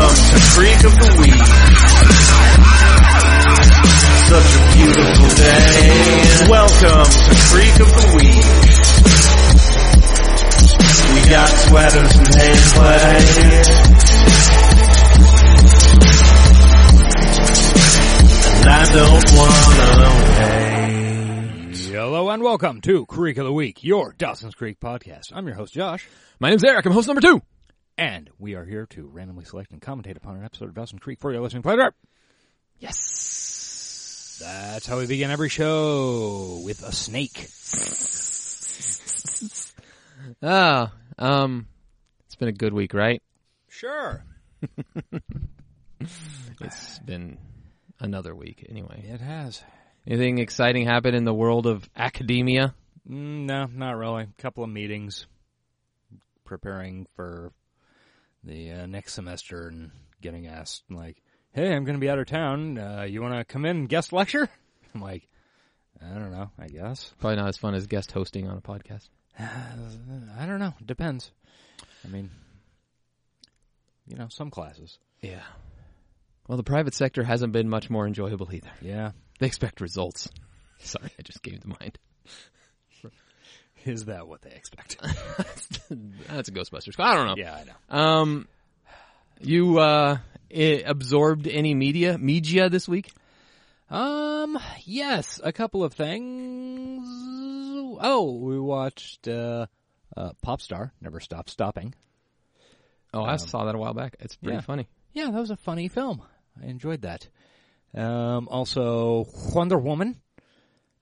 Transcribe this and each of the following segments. freak of the week. Such a beautiful day. Welcome to Freak of the Week. We got sweaters and hand play. And I don't wanna wait. Hello and welcome to Creek of the Week, your Dawson's Creek podcast. I'm your host, Josh, My name's Eric. I'm host number two. and we are here to randomly select and commentate upon an episode of Dawson Creek for your listening pleasure. Yes. That's how we begin every show, with a snake. Ah, um, it's been a good week, right? Sure. It's been another week, anyway. It has. Anything exciting happen in the world of academia? Mm, No, not really. A couple of meetings, preparing for the uh, next semester and getting asked, like, hey, I'm going to be out of town. Uh, you want to come in and guest lecture? I'm like, I don't know, I guess. Probably not as fun as guest hosting on a podcast. Uh, I don't know. Depends. I mean, you know, some classes. Yeah. Well, the private sector hasn't been much more enjoyable either. Yeah. They expect results. Sorry, I just gave the mind. Is that what they expect? That's a Ghostbusters. I don't know. yeah, I know. Um, you uh i absorbed any media media this week? Um, yes, a couple of things. Oh, we watched uh, uh Popstar Never Stop Stopping. Oh, I saw that a while back. It's pretty yeah. funny. Yeah, that was a funny film. I enjoyed that. Um, also Wonder Woman.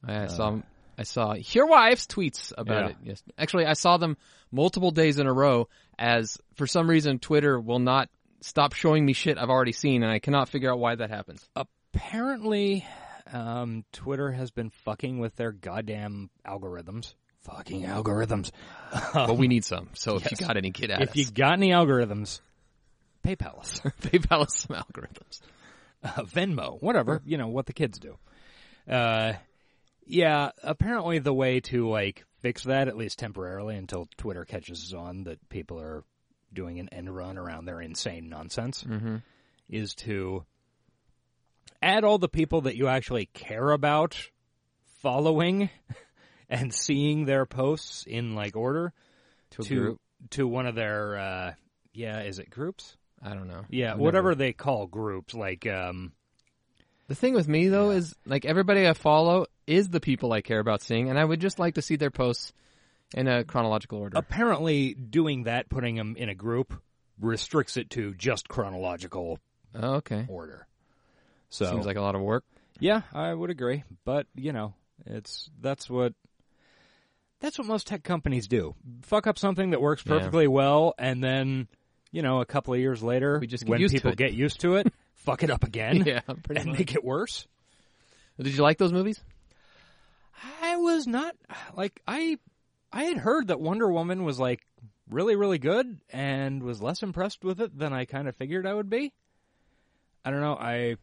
I saw I saw your wife's tweets about Uh, Yeah. it. Yes, actually, I saw them multiple days in a row. As for some reason, Twitter will not stop showing me shit I've already seen, and I cannot figure out why that happens. Apparently, um, Twitter has been fucking with their goddamn algorithms. Fucking algorithms. but we need some. So if you got any, get at If us. you got any algorithms, PayPal us. PayPal us some algorithms. uh, Venmo, whatever, you know, what the kids do. Uh, yeah, apparently the way to like fix that, at least temporarily until Twitter catches on that people are doing an end run around their insane nonsense, is to add all the people that you actually care about following and seeing their posts in like order To, a to, group. to one of their, uh, yeah, is it groups? I don't know. Yeah, I've whatever never- they call groups, like, um, The thing with me though is like everybody I follow is the people I care about seeing, and I would just like to see their posts in a chronological order. apparently doing that putting them in a group restricts it to just chronological Oh, okay. order so Seems like a lot of work. yeah i would agree but you know it's that's what that's what most tech companies do fuck up something that works Yeah. perfectly well and then you know a couple of years later We just get when used to people it. get used to it fuck it up again Yeah, pretty and much. make it worse Did you like those movies? I was not like I I had heard that Wonder Woman was like really really good and was less impressed with it than I kind of figured I would be. I don't know. I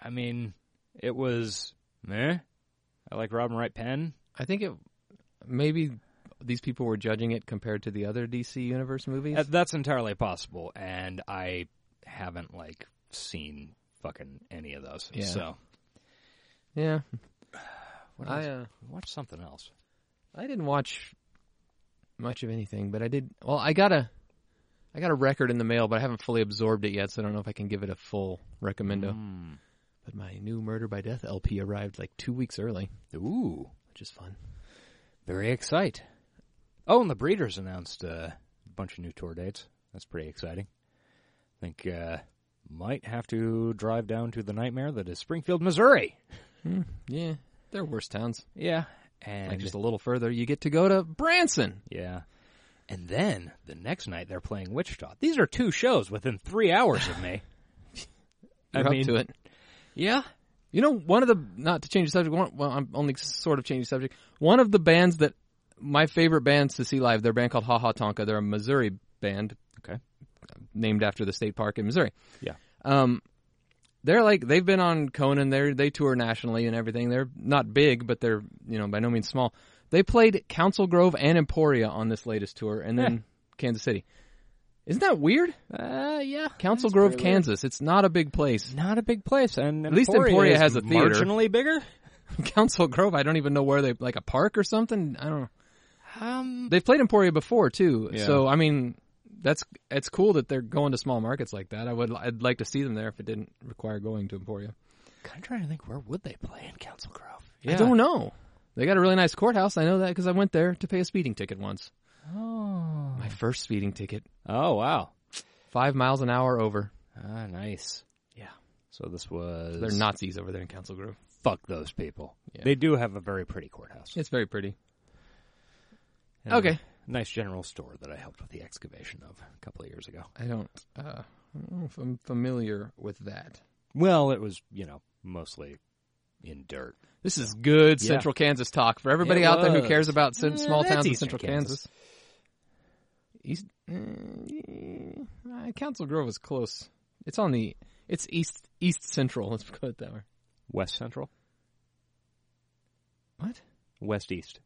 I mean, it was meh. I like Robin Wright Penn. I think it maybe these people were judging it compared to the other DC Universe movies. That- That's entirely possible and I haven't like seen fucking any of those. Yeah. So, yeah, what I else? uh, watch something else. I didn't watch much of anything, but I did. Well, I got a I got a record in the mail, but I haven't fully absorbed it yet, so I don't know if I can give it a full recommendo. But my new Murder by Death LP arrived like two weeks early, Ooh. which is fun. Very excite. Oh, and the Breeders announced uh, a bunch of new tour dates. That's pretty exciting. I think uh, might have to drive down to the nightmare that is Springfield, Missouri. Yeah, they're worse towns. Yeah, and Like just a little further, you get to go to Branson. yeah, and then the next night they're playing Wichita. These are two shows within three hours of me. You're up to it. yeah, You know, one of the not to change the subject. One, well, I'm only sort of changing the subject. One of the bands that my favorite bands to see live. They're a band called Ha Ha Tonka. They're a Missouri band okay, named after the state park in Missouri. yeah, Um, they're like they've been on Conan. They they tour nationally and everything. They're not big, but they're you know by no means small. They played Council Grove and Emporia on this latest tour, and then Kansas City. Isn't that weird? Uh, yeah. Council That's Grove, pretty weird. Kansas. It's not a big place. Not a big place, and At least Emporia is has a theater. Marginally bigger. Council Grove. I don't even know where they like a park or something. I don't. know. Um, They've played Emporia before too. Yeah. So I mean, that's it's cool that they're going to small markets like that. I would I'd like to see them there if it didn't require going to Emporia. kind of trying to think where would they play in Council Grove? I don't know. They got a really nice courthouse. I know that because I went there to pay a speeding ticket once. Oh. My first speeding ticket, Oh wow. five miles an hour over. Ah, nice. Yeah. So this was. They're Nazis over there in Council Grove. Fuck those people. Yeah. They do have a very pretty courthouse. It's very pretty. And a Okay. nice general store that I helped with the excavation of a couple of years ago. I don't. Uh, I don't know if I'm familiar with that. Well, it was you know mostly in dirt. This is good Yeah. Central Kansas talk for everybody It out there who was. cares about sim- Eh, small that's towns in Eastern Central Kansas. Kansas. East mm, uh, Council Grove is close. It's on the. It's east east central. Let's put it that way. West Central, What? West East,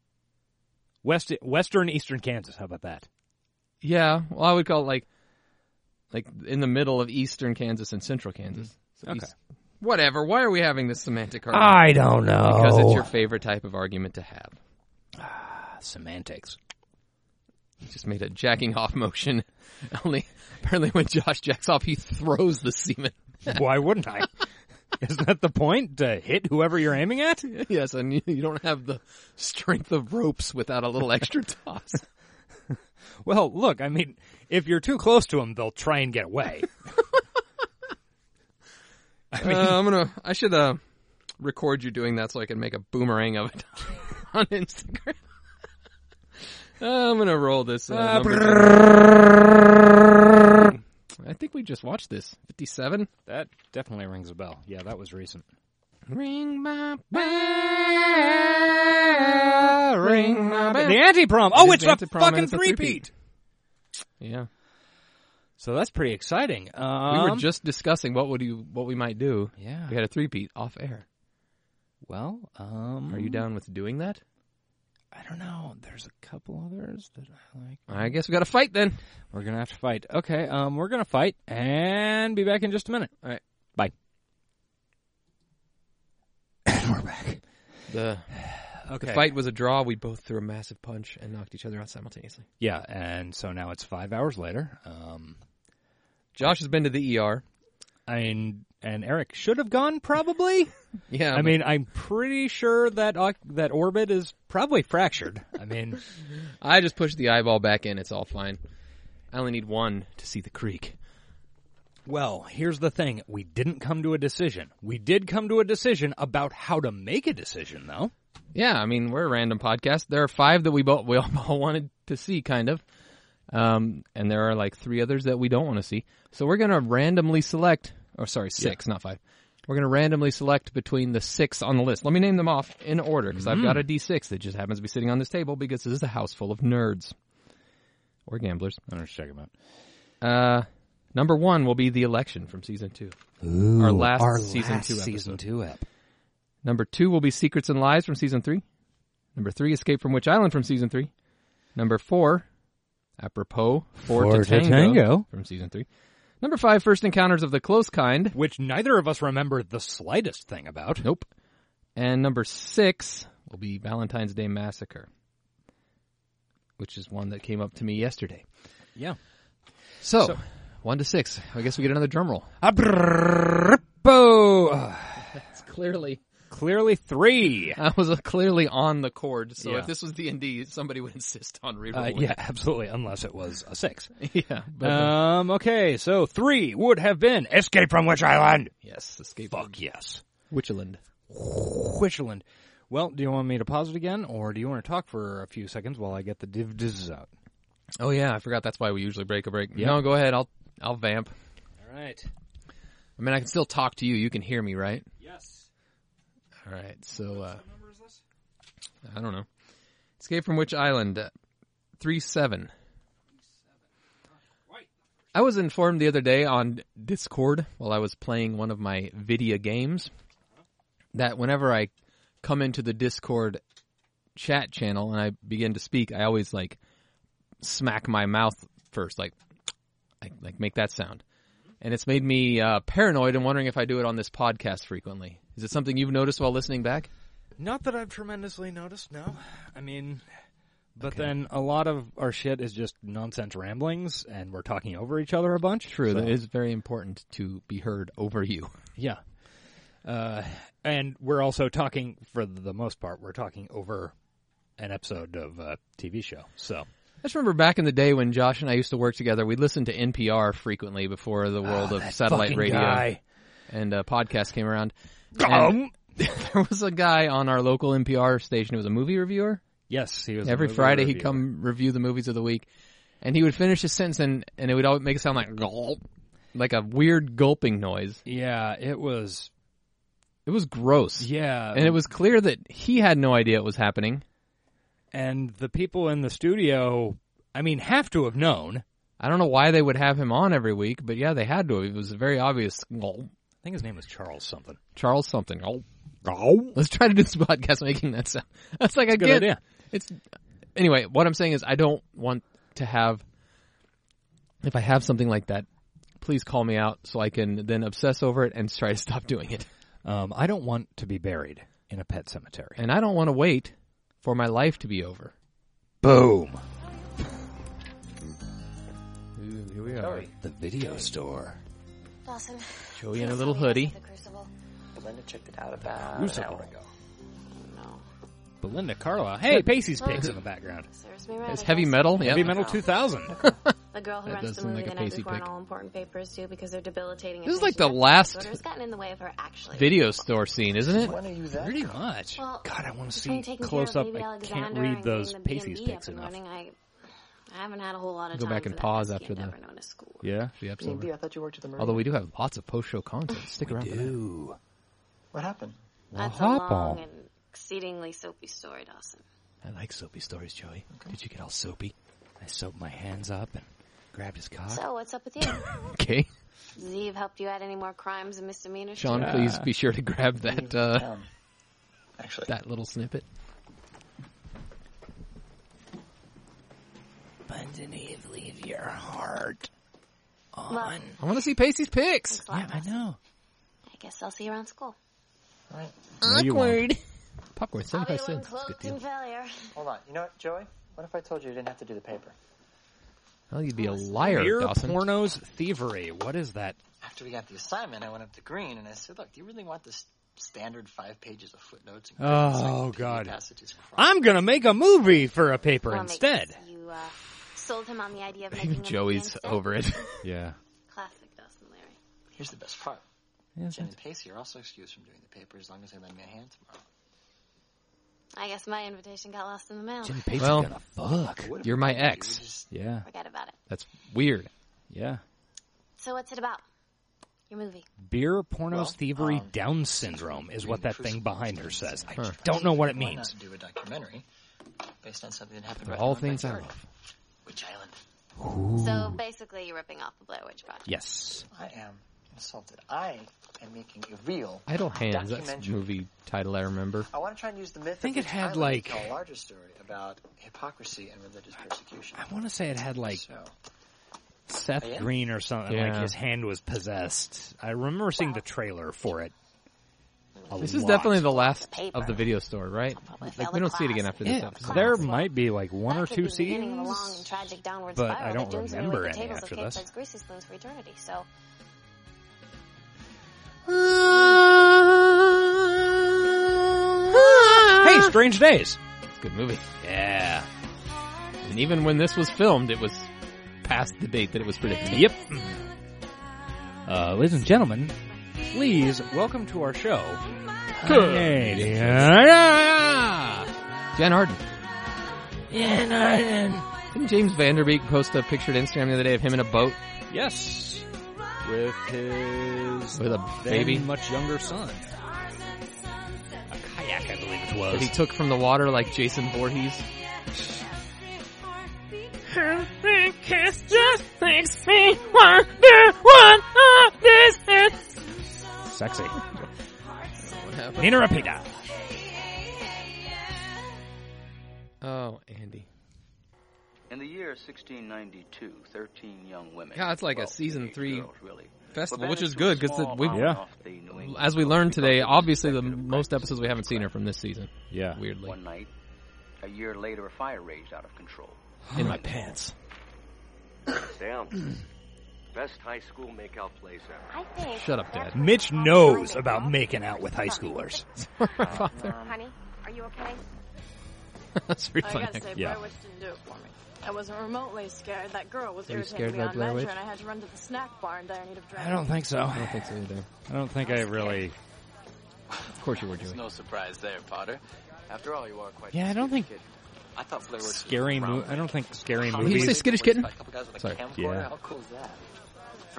West Western Eastern Kansas. How about that? Yeah. Well, I would call it like like in the middle of eastern Kansas and central Kansas. So Okay. east- whatever. Why are we having this semantic argument? I don't know because it's your favorite type of argument to have. semantics. He just made a jacking off motion. Only apparently when Josh jacks off, he throws the semen. Why wouldn't I? Is that the point to hit whoever you're aiming at? yes, and you, you don't have the strength of ropes without a little extra toss. Well, look, I mean, if you're too close to them, they'll try and get away. Uh, I'm gonna. I should uh, record you doing that so I can make a boomerang of it on Instagram. Uh, I'm gonna roll this. Uh, number. I think we just watched this. Fifty-seven. that definitely rings a bell. Yeah, that was recent. Ring my bell. Ring my bell. The anti-prom. Oh, is it's the a anti-prom and fucking it's a three-peat. three-peat. Yeah. So that's pretty exciting. We Um, were just discussing what would you what we might do. yeah. We had a three peat off air. Well, um, Are you down with doing that? I don't know. There's a couple others that I like. I guess we got to fight then. We're gonna have to fight. Okay, um, we're gonna fight and be back in just a minute. All right. Bye. And we're back. The, Okay. the fight was a draw. We both threw a massive punch and knocked each other out simultaneously. Yeah, and so now it's five hours later. Um, Josh has been to the ER. I mean, and Eric should have gone probably. Yeah, I mean, I'm pretty sure that oc- that orbit is probably fractured. I mean, I just pushed the eyeball back in. It's all fine. I only need one to see the creek. well, here's the thing: we didn't come to a decision. We did come to a decision about how to make a decision, though. Yeah, I mean we're a random podcast. There are five that we both we all wanted to see, kind of, um, and there are like three others that we don't want to see. So we're gonna randomly select. Oh, sorry, six, not five. We're gonna randomly select between the six on the list. Let me name them off in order because I've got a D six that just happens to be sitting on this table because this is a house full of nerds or gamblers. I'm just checking out. Uh, number one will be the election from season two. our last season two episode. season two ep. Number two will be Secrets and Lies from season three. Number three, Escape from Witch Island from season three. Number four, apropos, Four, Four to, to tango, Tango. from season three. Number five, First Encounters of the Close Kind. which neither of us remember the slightest thing about. Nope. And number six will be Valentine's Day Massacre, which is one that came up to me yesterday. Yeah. So, one to six. I guess we get another drum roll. Abrrrpo. It's clearly Clearly three. I was uh, clearly on the chord. So Yeah. if this was D and D, somebody would insist on Uh, rerolling. yeah, absolutely. Unless it was a six. yeah. But, uh, Um. Okay. So three would have been Escape from Witch Island. yes, Escape from Fuck yes. Witchland. Witchland. Well, do you want me to pause it again, or do you want to talk for a few seconds while I get the div dizz out? Oh yeah, I forgot. That's why we usually break a break. No, go ahead. I'll I'll vamp. All right. I mean, I can still talk to you. You can hear me, right? Yes. All right. So uh, I don't know. Escape from which island? Uh, Three seven. I was informed the other day on Discord while I was playing one of my video games that whenever I come into the Discord chat channel and I begin to speak, I always like smack my mouth first, like like make that sound. And it's made me uh, paranoid and wondering if I do it on this podcast frequently. Is it something you've noticed while listening back? Not that I've tremendously noticed, no. I mean, but then a lot of our shit is just nonsense ramblings, and we're talking over each other a bunch. True, so- that is very important to be heard over you. Yeah. Uh, and we're also talking, for the most part, we're talking over an episode of a TV show. So, I just remember back in the day when Josh and I used to work together, we'd listen to NPR frequently before Oh, the world of satellite Oh, Fucking radio guy. and uh, podcasts came around. And Um, there was a guy on our local NPR station who was a movie reviewer. yes, he was. a Every movie Friday he'd reviewer. come review the movies of the week, and he would finish his sentence and, and it would always make it sound like gulp, like a weird gulping noise. Yeah, it was. It was gross. Yeah, And it was clear that he had no idea it was happening. and the people in the studio, I mean, have to have known. I don't know why they would have him on every week, but yeah, they had to. It was a very obvious. gulp. I think his name was Charles something. Charles something. Gulp. Oh. Let's try to do this podcast making that sound. That's like I good get idea. It's anyway. What I'm saying is, I don't want to have. If I have something like that, please call me out so I can then obsess over it and try to stop doing it. Um, I don't want to be buried in a pet cemetery. And I don't want to wait for my life to be over. Boom. here we are. The video store. Dawson. Joey in a little hoodie. The Crucible. Belinda checked it out about Who's an that hour one? ago. No. Belinda Carlisle. Hey, Pacey's Pigs in the background. Serves me right. It's I heavy guess. metal. Yeah. Heavy Metal 2000. The girl who That does runs the seem movie like a the night Pacey before pick. and all important papers due because they're debilitating. This is like information the about last disorders got in the way of her actually. Video store scene, isn't it? When are you that? Pretty much. Well, God, I want to Between see taking care of close up. baby I can't Alexander read and those getting the Pacey's B&B up Pigs and enough. running, I, I haven't had a whole lot of Go time back for and that pause husky after the- never known to school. Yeah. The episode's over. B&B, I thought you worked at the Marine. Although we do have lots of post show content. Stick around. for that. Ooh. What happened? That's a hop long on. and exceedingly soapy story, Dawson. I like soapy stories, Joey. Did you get all soapy? I soaped my hands up and grabbed his cock. So what's up with you? Okay. Zeev helped you out any more crimes and misdemeanors? Sean, today? please be sure to grab that uh, Um, actually, that little snippet. Underneath, leave your heart. Well, I want to see Pacey's picks. thanks a lot, I Dawson. know. I guess I'll see you around school. all right. Awkward. Popcorn, I'll be 75 cents. one That's a good cloaked deal. in failure. Hold on. You know what, Joey? What if I told you you didn't have to do the paper? Well, Oh, you'd be a liar, Beer, Dawson. pornos, thievery. What is that? After we got the assignment, I went up to Green and I said, look, do you really want this standard five pages of footnotes? and Oh, encyclopedia God. Passages crumb? I'm gonna make a movie for a paper Well, make instead. sense. You uh, sold him on the idea of making Even a Joey's movie instead. over it. Yeah. Classic Dawson Larry. Here's the best part. Yes, Jen and Pacey are also excused from doing the paper as long as they lend me a hand tomorrow. I guess my invitation got lost in the mail. Jimmy Pacey's Well- gonna fuck. What if You're my we didn't? ex. We just- Yeah. Forget about it. That's weird. Yeah. So what's it about? Your movie. Beer, pornos, thievery, um, Down syndrome is what that Crucible thing behind her is says. I Huh. don't know what it Why not means. do a documentary based on something that happened They're right all in my things I backyard. love. Which island? So basically, you're ripping off the Blair Witch Project. Yes. I am insulted. I am making a real. Idle Hands. That's Documentary. movie title I remember. I want to try and use the myth. I think it of each had, island like- to tell a larger story about hypocrisy and religious persecution. I want to say it had like oh, so, Seth Yeah. Green or something. Yeah. Like his hand was possessed. I remember seeing the trailer for it. a This is lot. definitely the last Paper. of the video store, right? probably fail Like, we the don't see it again class. after this Yeah, episode. there Well, might be like one That or could two be the beginning of a scenes. long and tragic downward but spiral I don't that dooms me to remember wait the any tables after of Cape this. Cod's greasy spoons for eternity. So Hey, Strange Days. It's a good movie. Yeah. And even when this was filmed, it was past the date that it was predicted. Yep. Uh, ladies and gentlemen, please welcome to our show. Canadiana. Jan Arden. Didn't James Vanderbeek post a picture to Instagram the other day of him in a boat Yes. With his with a baby? then much younger son. A kayak, I believe it that he was. took from the water like Jason Voorhees. Sexy. What happened? Nina Rapida. Oh, Andy. In the year 1692, 13 young women. Yeah, it's like a Well, season teenage three girls, really. festival, Were which banished is to a good because small we, island Yeah. off the New England as we coast learned because today, of obviously the respective most practices episodes of we haven't seen witchcraft. her from this season. Yeah. weirdly, One night, a year later, a fire raged out of control. in my pants. Damn. Best high school makeout plays ever. I think. Shut up, Dad. Mitch knows about making out with high schoolers. my father. Honey, are you okay? That's I really gotta funny. say, Yeah. Blair Witch didn't do it for me. I wasn't remotely scared. That girl was Were you irritating scared me by on Blair measure, Witch? and I had to run to the snack bar in dire need of I drink. don't think so. I don't think so either. I don't think I really. Of course you were There's doing. no surprise there, Potter. After all, you are quite. Yeah, I don't think scared kid. I thought Blair was scary. brown. Mo- I don't think scary How Did you say movies. skittish kitten? A couple guys with a Sorry. camcorder? Yeah. How cool is that?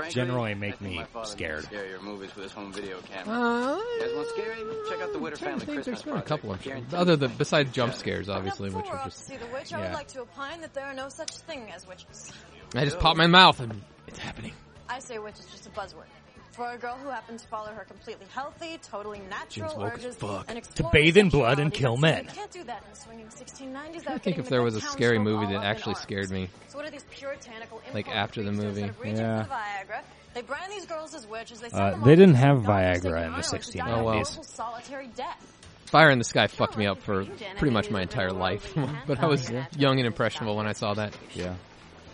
Generally make I think me my father made scared. Scarier movies with his home video camera. Uh, You guys want scary? Check out the trying to Witter Family think, Christmas there's been a Project. couple. I'm sure. Guaranteed. Other than besides jump scares, obviously, Number which four, are up just. to see the witch. I Yeah. would like to opine that there are no such thing as witches. I just popped my mouth and it's happening. I say witch is just a buzzword. For a girl who happens to follow her completely healthy, totally natural Jean's woke as urges fuck. and explore bathe in blood and sexuality, kill but see, men. You can't do that in the swinging 1690s. I think if there was a scary movie that actually scared me, So what are these puritanical Like impulse after the creatures movie. that have reached Yeah. for the Viagra? They brand these girls as witches. They, Uh, send them they off didn't to have these dogs Viagra in the to die 1690s. a Oh, well. horrible solitary death. Fire in the Sky fucked me up for pretty much my entire life. but I was young and impressionable when I saw that. Yeah.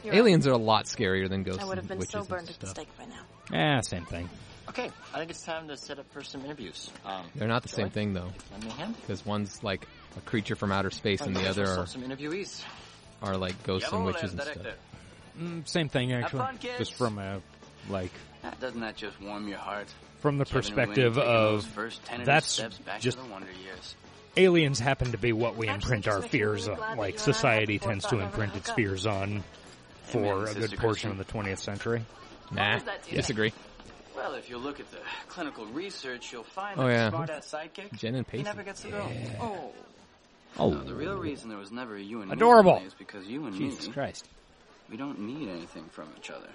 You're Aliens are a lot scarier than ghosts right. I would have and been witches so and burned at the stuff. stake by now. Ah, same thing. Okay, I think it's time to set up for some interviews. Um, They're not the same thing though, lend me a hand. because one's like a creature from outer space, and the other are, some interviewees. are like ghosts and witches and stuff. Mm, same thing actually. fun, kids. Just from a like Ah, Doesn't that just warm your heart? from the Kevin Wayne perspective taking of those first tentative that's steps back just- to the Wonder Years. aliens happen to be what we Actually, imprint just our makes me fears really glad on. that you Like and I have society the tends to forethought of imprint having its a fears on for a Sister good portion Christian. of the 20th century. Nah, was that, do you disagree. Well, if you look at the clinical research, you'll find Oh, that yeah. the smart ass sidekick Jen and he Pacey. never gets to go. Oh, No, the real reason there was never a you and Adorable. me in the way is because you and Jesus me, Christ. we don't need anything from each other.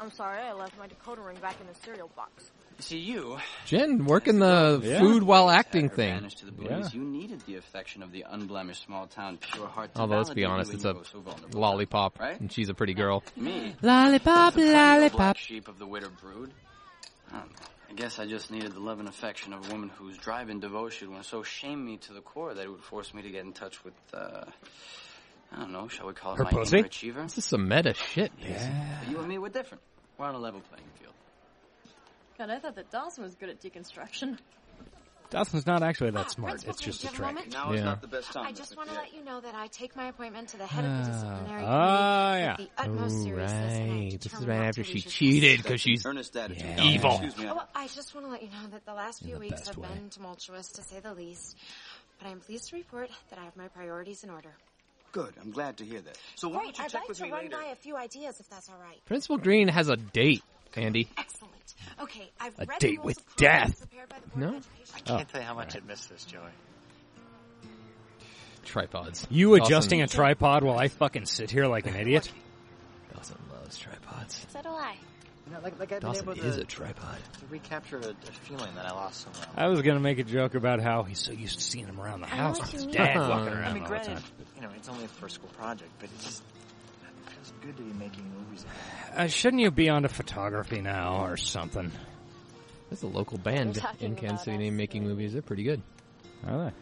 I'm sorry, I left my Dakota ring back in the cereal box. You see, you Jen working the Yeah. food while acting Had her thing. vanished To the boonies, You needed the affection of the unblemished small town pure heart. To Although let's be validate honest, you it's when a you were so vulnerable. lollipop, Right? and she's a pretty girl. Me, Lollipop, the perennial black sheep of the witter brood. I don't know. I guess I just needed the love and affection of a woman whose drive and devotion would so shame me to the core that it would force me to get in touch with. uh... I don't know, shall we call it Her my pussy? inner achiever? This is some meta shit. But You and me, we're different. We're on a level playing field. God, I thought that Dawson was good at deconstruction. Oh, Dawson's not actually that Ah, smart. principal, It's just do a you have a trick. moment? Now is Yeah. not the best time. I just want to let you know that I take my appointment to the head of Ah. the disciplinary Ah, committee yeah. with the utmost seriousness. and I am This is determined right not after to she lose your cheated trust. because she's Earnest attitude. Yeah. Now, Evil. Excuse me. Oh, Well, I just want to let you know that the last few the weeks best have way. been tumultuous, to say the least. But I am pleased to report that I have my priorities in order. Good. I'm glad to hear that. So why Great. don't you I'd check like with to me run later? by a few ideas, if that's all right. Principal Green has a date. Andy, Excellent. Okay, I've A read the date rules with of conduct death. prepared by the Board of No. Education. I can't tell you how much I missed this, Joey. tripods. You adjusting a tripod while I fucking sit here like an idiot? a. Dawson loves tripods. So do I. You know, like, like I've Dawson been able is to, a tripod. to recapture a, a feeling that I lost somewhere. I was gonna make a joke about how he's so used to seeing him around the house what with you his mean. dad Uh-huh. walking I around mean, all the granted, time. you know, it's only a first school project, but it just it feels good to be making movies. again. Uh, shouldn't you be onto photography now or something? There's a local band talking in Kansas about City named Making Movies. They're pretty good. Are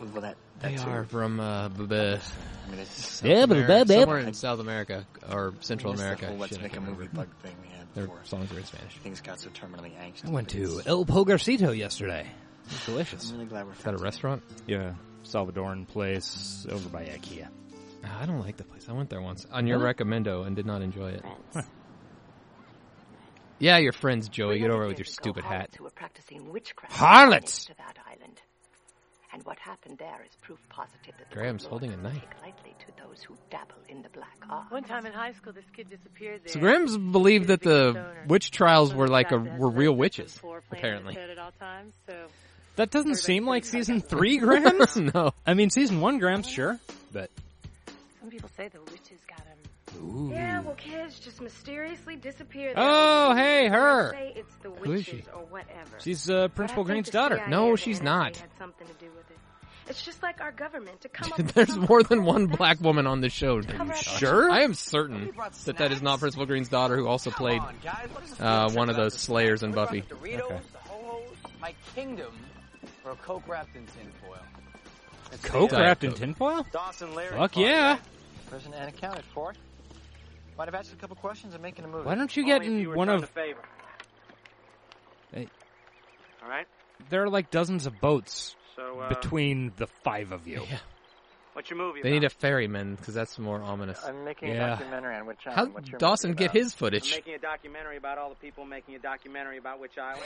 Well, that, that They too. are from uh, b- b- I mean, it's yeah, South but America. somewhere in South America or Central Miss the America. whole let's Shit, I make a can't movie remember. bug thing we had Their before. songs are in Spanish. Things got so terminally anxious. I went but to it's- El Pogarcito yesterday. It was delicious. I'm really glad we're Is that a restaurant? Yeah, Salvadoran place over by IKEA. Ah, I don't like the place. I went there once on your recommendo and did not enjoy it. Yeah, your friends, Joey. Get over it with your stupid hat. Who were practicing witchcraft Harlots! to that island. And what happened there is proof positive that the Graham's good Lord holding a doesn't knife. take lightly to those who dabble in the black art. One time in high school, this kid disappeared there. So Grimm's believed that the witch trials were like a, were real witches, apparently. At all times, so That doesn't seem like season three, Grams. no, I mean, season one, Grams, sure, but Some people say the witches got him. ooh. yeah, well, kids just mysteriously disappear. They Oh, always hey, her. Say it's the witches Who is she? or whatever. She's uh, But I Principal think Green's the daughter. CIA No, and the she's NSA not. Had something to do with it. It's just like our government to come up with There's some more than one back- black woman on this show. Are you sure? I am certain that that is not Principal Green's daughter, who also played uh, one of the Slayers in Buffy. Doritos, the Ho-Hos, my kingdom, or a Coke wrapped in tinfoil. Coke Diet wrapped in Coke. tinfoil? Dawson Larry. Fuck yeah. Person and accounted for. Might have asked a couple questions. I'm making a movie. Why don't you get Only if you in one return of. the favor. Hey. All right. There are like dozens of boats So uh, between the five of you. Yeah. what's your movie? They need about? a ferryman because that's more ominous. I'm making Yeah. a documentary on which How island. did What's your Dawson movie get about? his I'm footage? making a documentary about all the people making a documentary about which island.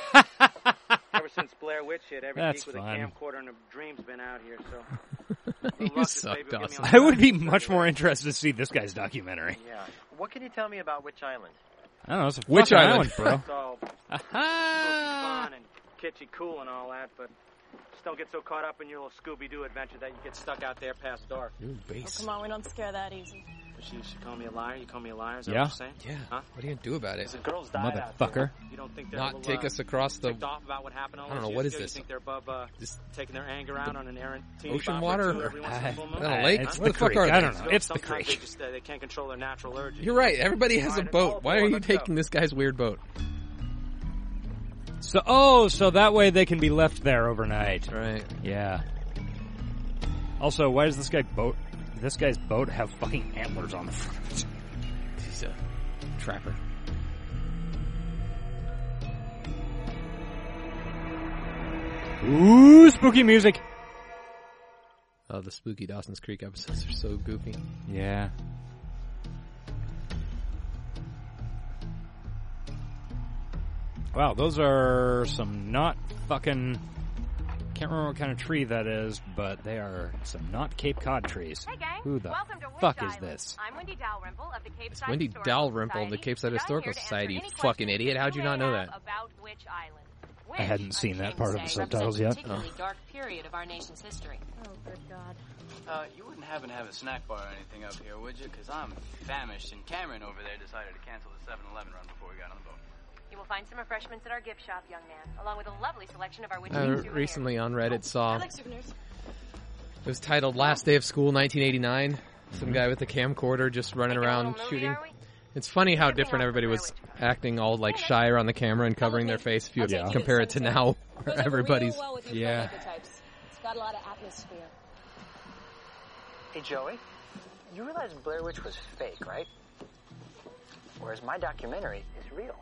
Ever since Blair Witch hit, every That's geek with fun. a camcorder and a dream's been out here. So you Lucas, suck, baby, give me Dawson. all I would be much more interested to see this guy's documentary. Yeah. What can you tell me about which island? I don't know. It's a Which fucking island? bro? it's all Aha! fun and kitschy cool and all that, but just don't get so caught up in your little Scooby Doo adventure that you get stuck out there past dark. Ooh, Oh, bass. come on, we don't scare that easy. But you should call me a liar. You call me a liar. Is that Yeah. what you're saying? Yeah. Huh? What are you gonna do about it? The girls died out there. Motherfucker. You don't think they're a Not little, take uh, us across the ticked off about what happened all I don't those know, what years is ago? this? You think they're above uh, this taking their anger out on an errant teeny Ocean bopper water too or- every once in a blue moon? I don't lake? It's What the, the fuck creek. are I they? don't know. It's the Sometimes creek. They, just, uh, they can't control their natural urges. You're right. Everybody has a Alright, boat. it's Why are all you for the taking this guy's weird boat? So, oh, so that way they can be left there overnight. Right. Yeah. Also, why does this guy boat? This guy's boat have fucking antlers on the front. of it? He's a trapper. Ooh, spooky music. Oh, the spooky Dawson's Creek episodes are so goofy. Yeah. Wow, those are some not fucking. Can't remember what kind of tree that is, but they are some not Cape Cod trees. Hey gang, Who the welcome to Witch fuck Island. is this? I'm Wendy Dalrymple of the Cape It's Side Wendy Historical Dalrymple of the Society, Cape Side and I'm Historical here to answer Society, you any fucking questions uh, idiot. How'd you may not know that? have About Witch Island. Which, I hadn't on seen that King's part of Day, the subtitles yet. represents a Oh. particularly dark period of our nation's history. Oh, good God. Uh, you wouldn't happen to have a snack bar or anything up here, would you? Because I'm famished, and Cameron over there decided to cancel the 7-Eleven run before we got on the boat. You will find some refreshments at our gift shop, young man, along with a lovely selection of our witch I recently on Reddit saw I it like souvenirs. was titled "Last Day of School 1989." Some guy with a camcorder just running around shooting. It's funny how different everybody was acting, all like shy around the camera and covering their face. If you Yeah. compare it to now, where Goes over everybody's real well with your Yeah. prototypes. It's got a lot of atmosphere. Hey Joey, you realize Blair Witch was fake, right? Whereas my documentary is real.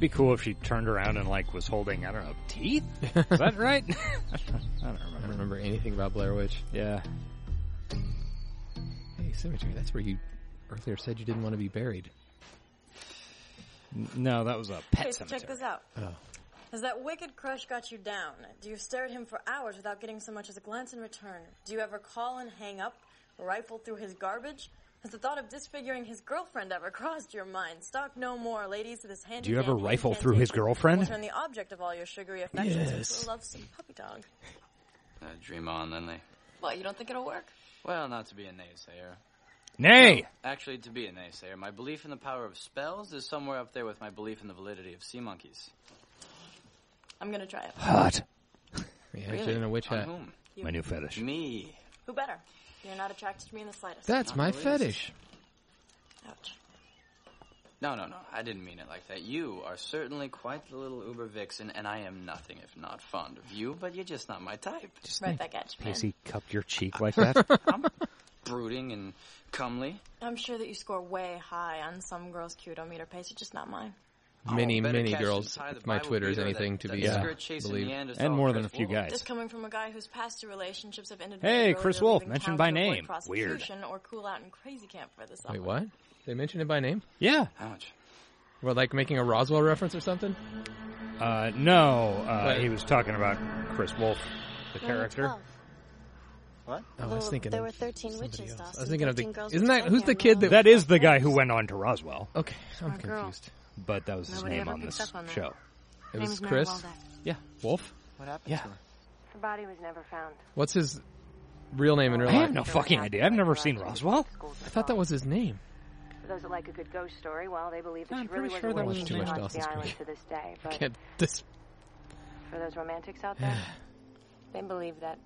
Be cool if she turned around and like was holding I don't know teeth. Is that right? I don't I don't remember. remember anything about Blair Witch. Yeah. Hey, symmetry. That's where you earlier said you didn't want to be buried. N- No, that was a pet Okay, so cemetery. check this out. Oh. Has that wicked crush got you down? Do you stare at him for hours without getting so much as a glance in return? Do you ever call and hang up, rifle through his garbage? Has the thought of disfiguring his girlfriend ever crossed your mind? Stock no more, ladies. This hand. Do you ever rifle through his Will girlfriend? turn the object of all your sugary affections Yes. into a lovesick puppy dog. Uh, dream on, then they... What? You don't think it'll work? Well, not to be a naysayer. Nay. Actually, to be a naysayer, my belief in the power of spells is somewhere up there with my belief in the validity of sea monkeys. I'm gonna try it. Hot. Yeah, really? in a witch On hat. whom? My new fetish. Me. Who better? You're not attracted to me in the slightest. That's my the least. fetish. Ouch. No, no, no. I didn't mean it like that. You are certainly quite the little uber vixen, and I am nothing if not fond of you, but you're just not my type. Just Right think, back at you, man. Pacey cupped your cheek like that. I'm brooding and comely. I'm sure that you score way high on some girl's cutometer pace. It's just not mine. Many, Oh, better many catch girls. than tie the My Bible Twitter is beater anything that- to that be uh, Yeah. skirt chasing believed. Neanderthal and more than a Chris few Wolf. guys. This coming from a guy whose past two relationships have ended. Hey, very Chris early, Wolf, leaving mentioned town by to avoid name. Weird. prostitution Or cool out in crazy camp for the summer. Wait, what? They mentioned it by name? Yeah. How much? Well, like making a Roswell reference or something? Uh, no, uh, Wait. he was talking about Chris Wolf, the character. Oh, I was Well, thinking. there of were 13 somebody witches, else. I was Dawson, thinking of 13 the. girls Isn't with that who's the nightmare kid that? moles. That is the guy who went on to Roswell, okay, I'm girl. confused. but that was his Nobody name ever on picked this up on that. show. It Name's was Mary Chris. Waldeck. Yeah, Wolf. What happened? Yeah. To her? Her body was never found. What's his real name in real I have life? no fucking idea. I've never seen Roswell. I thought that was his name. For those that like a good ghost story, well, they believe that I'm she really pretty was sure a that witch was who his haunts name. the island to this day. But Can't this for those romantics out there, they believe that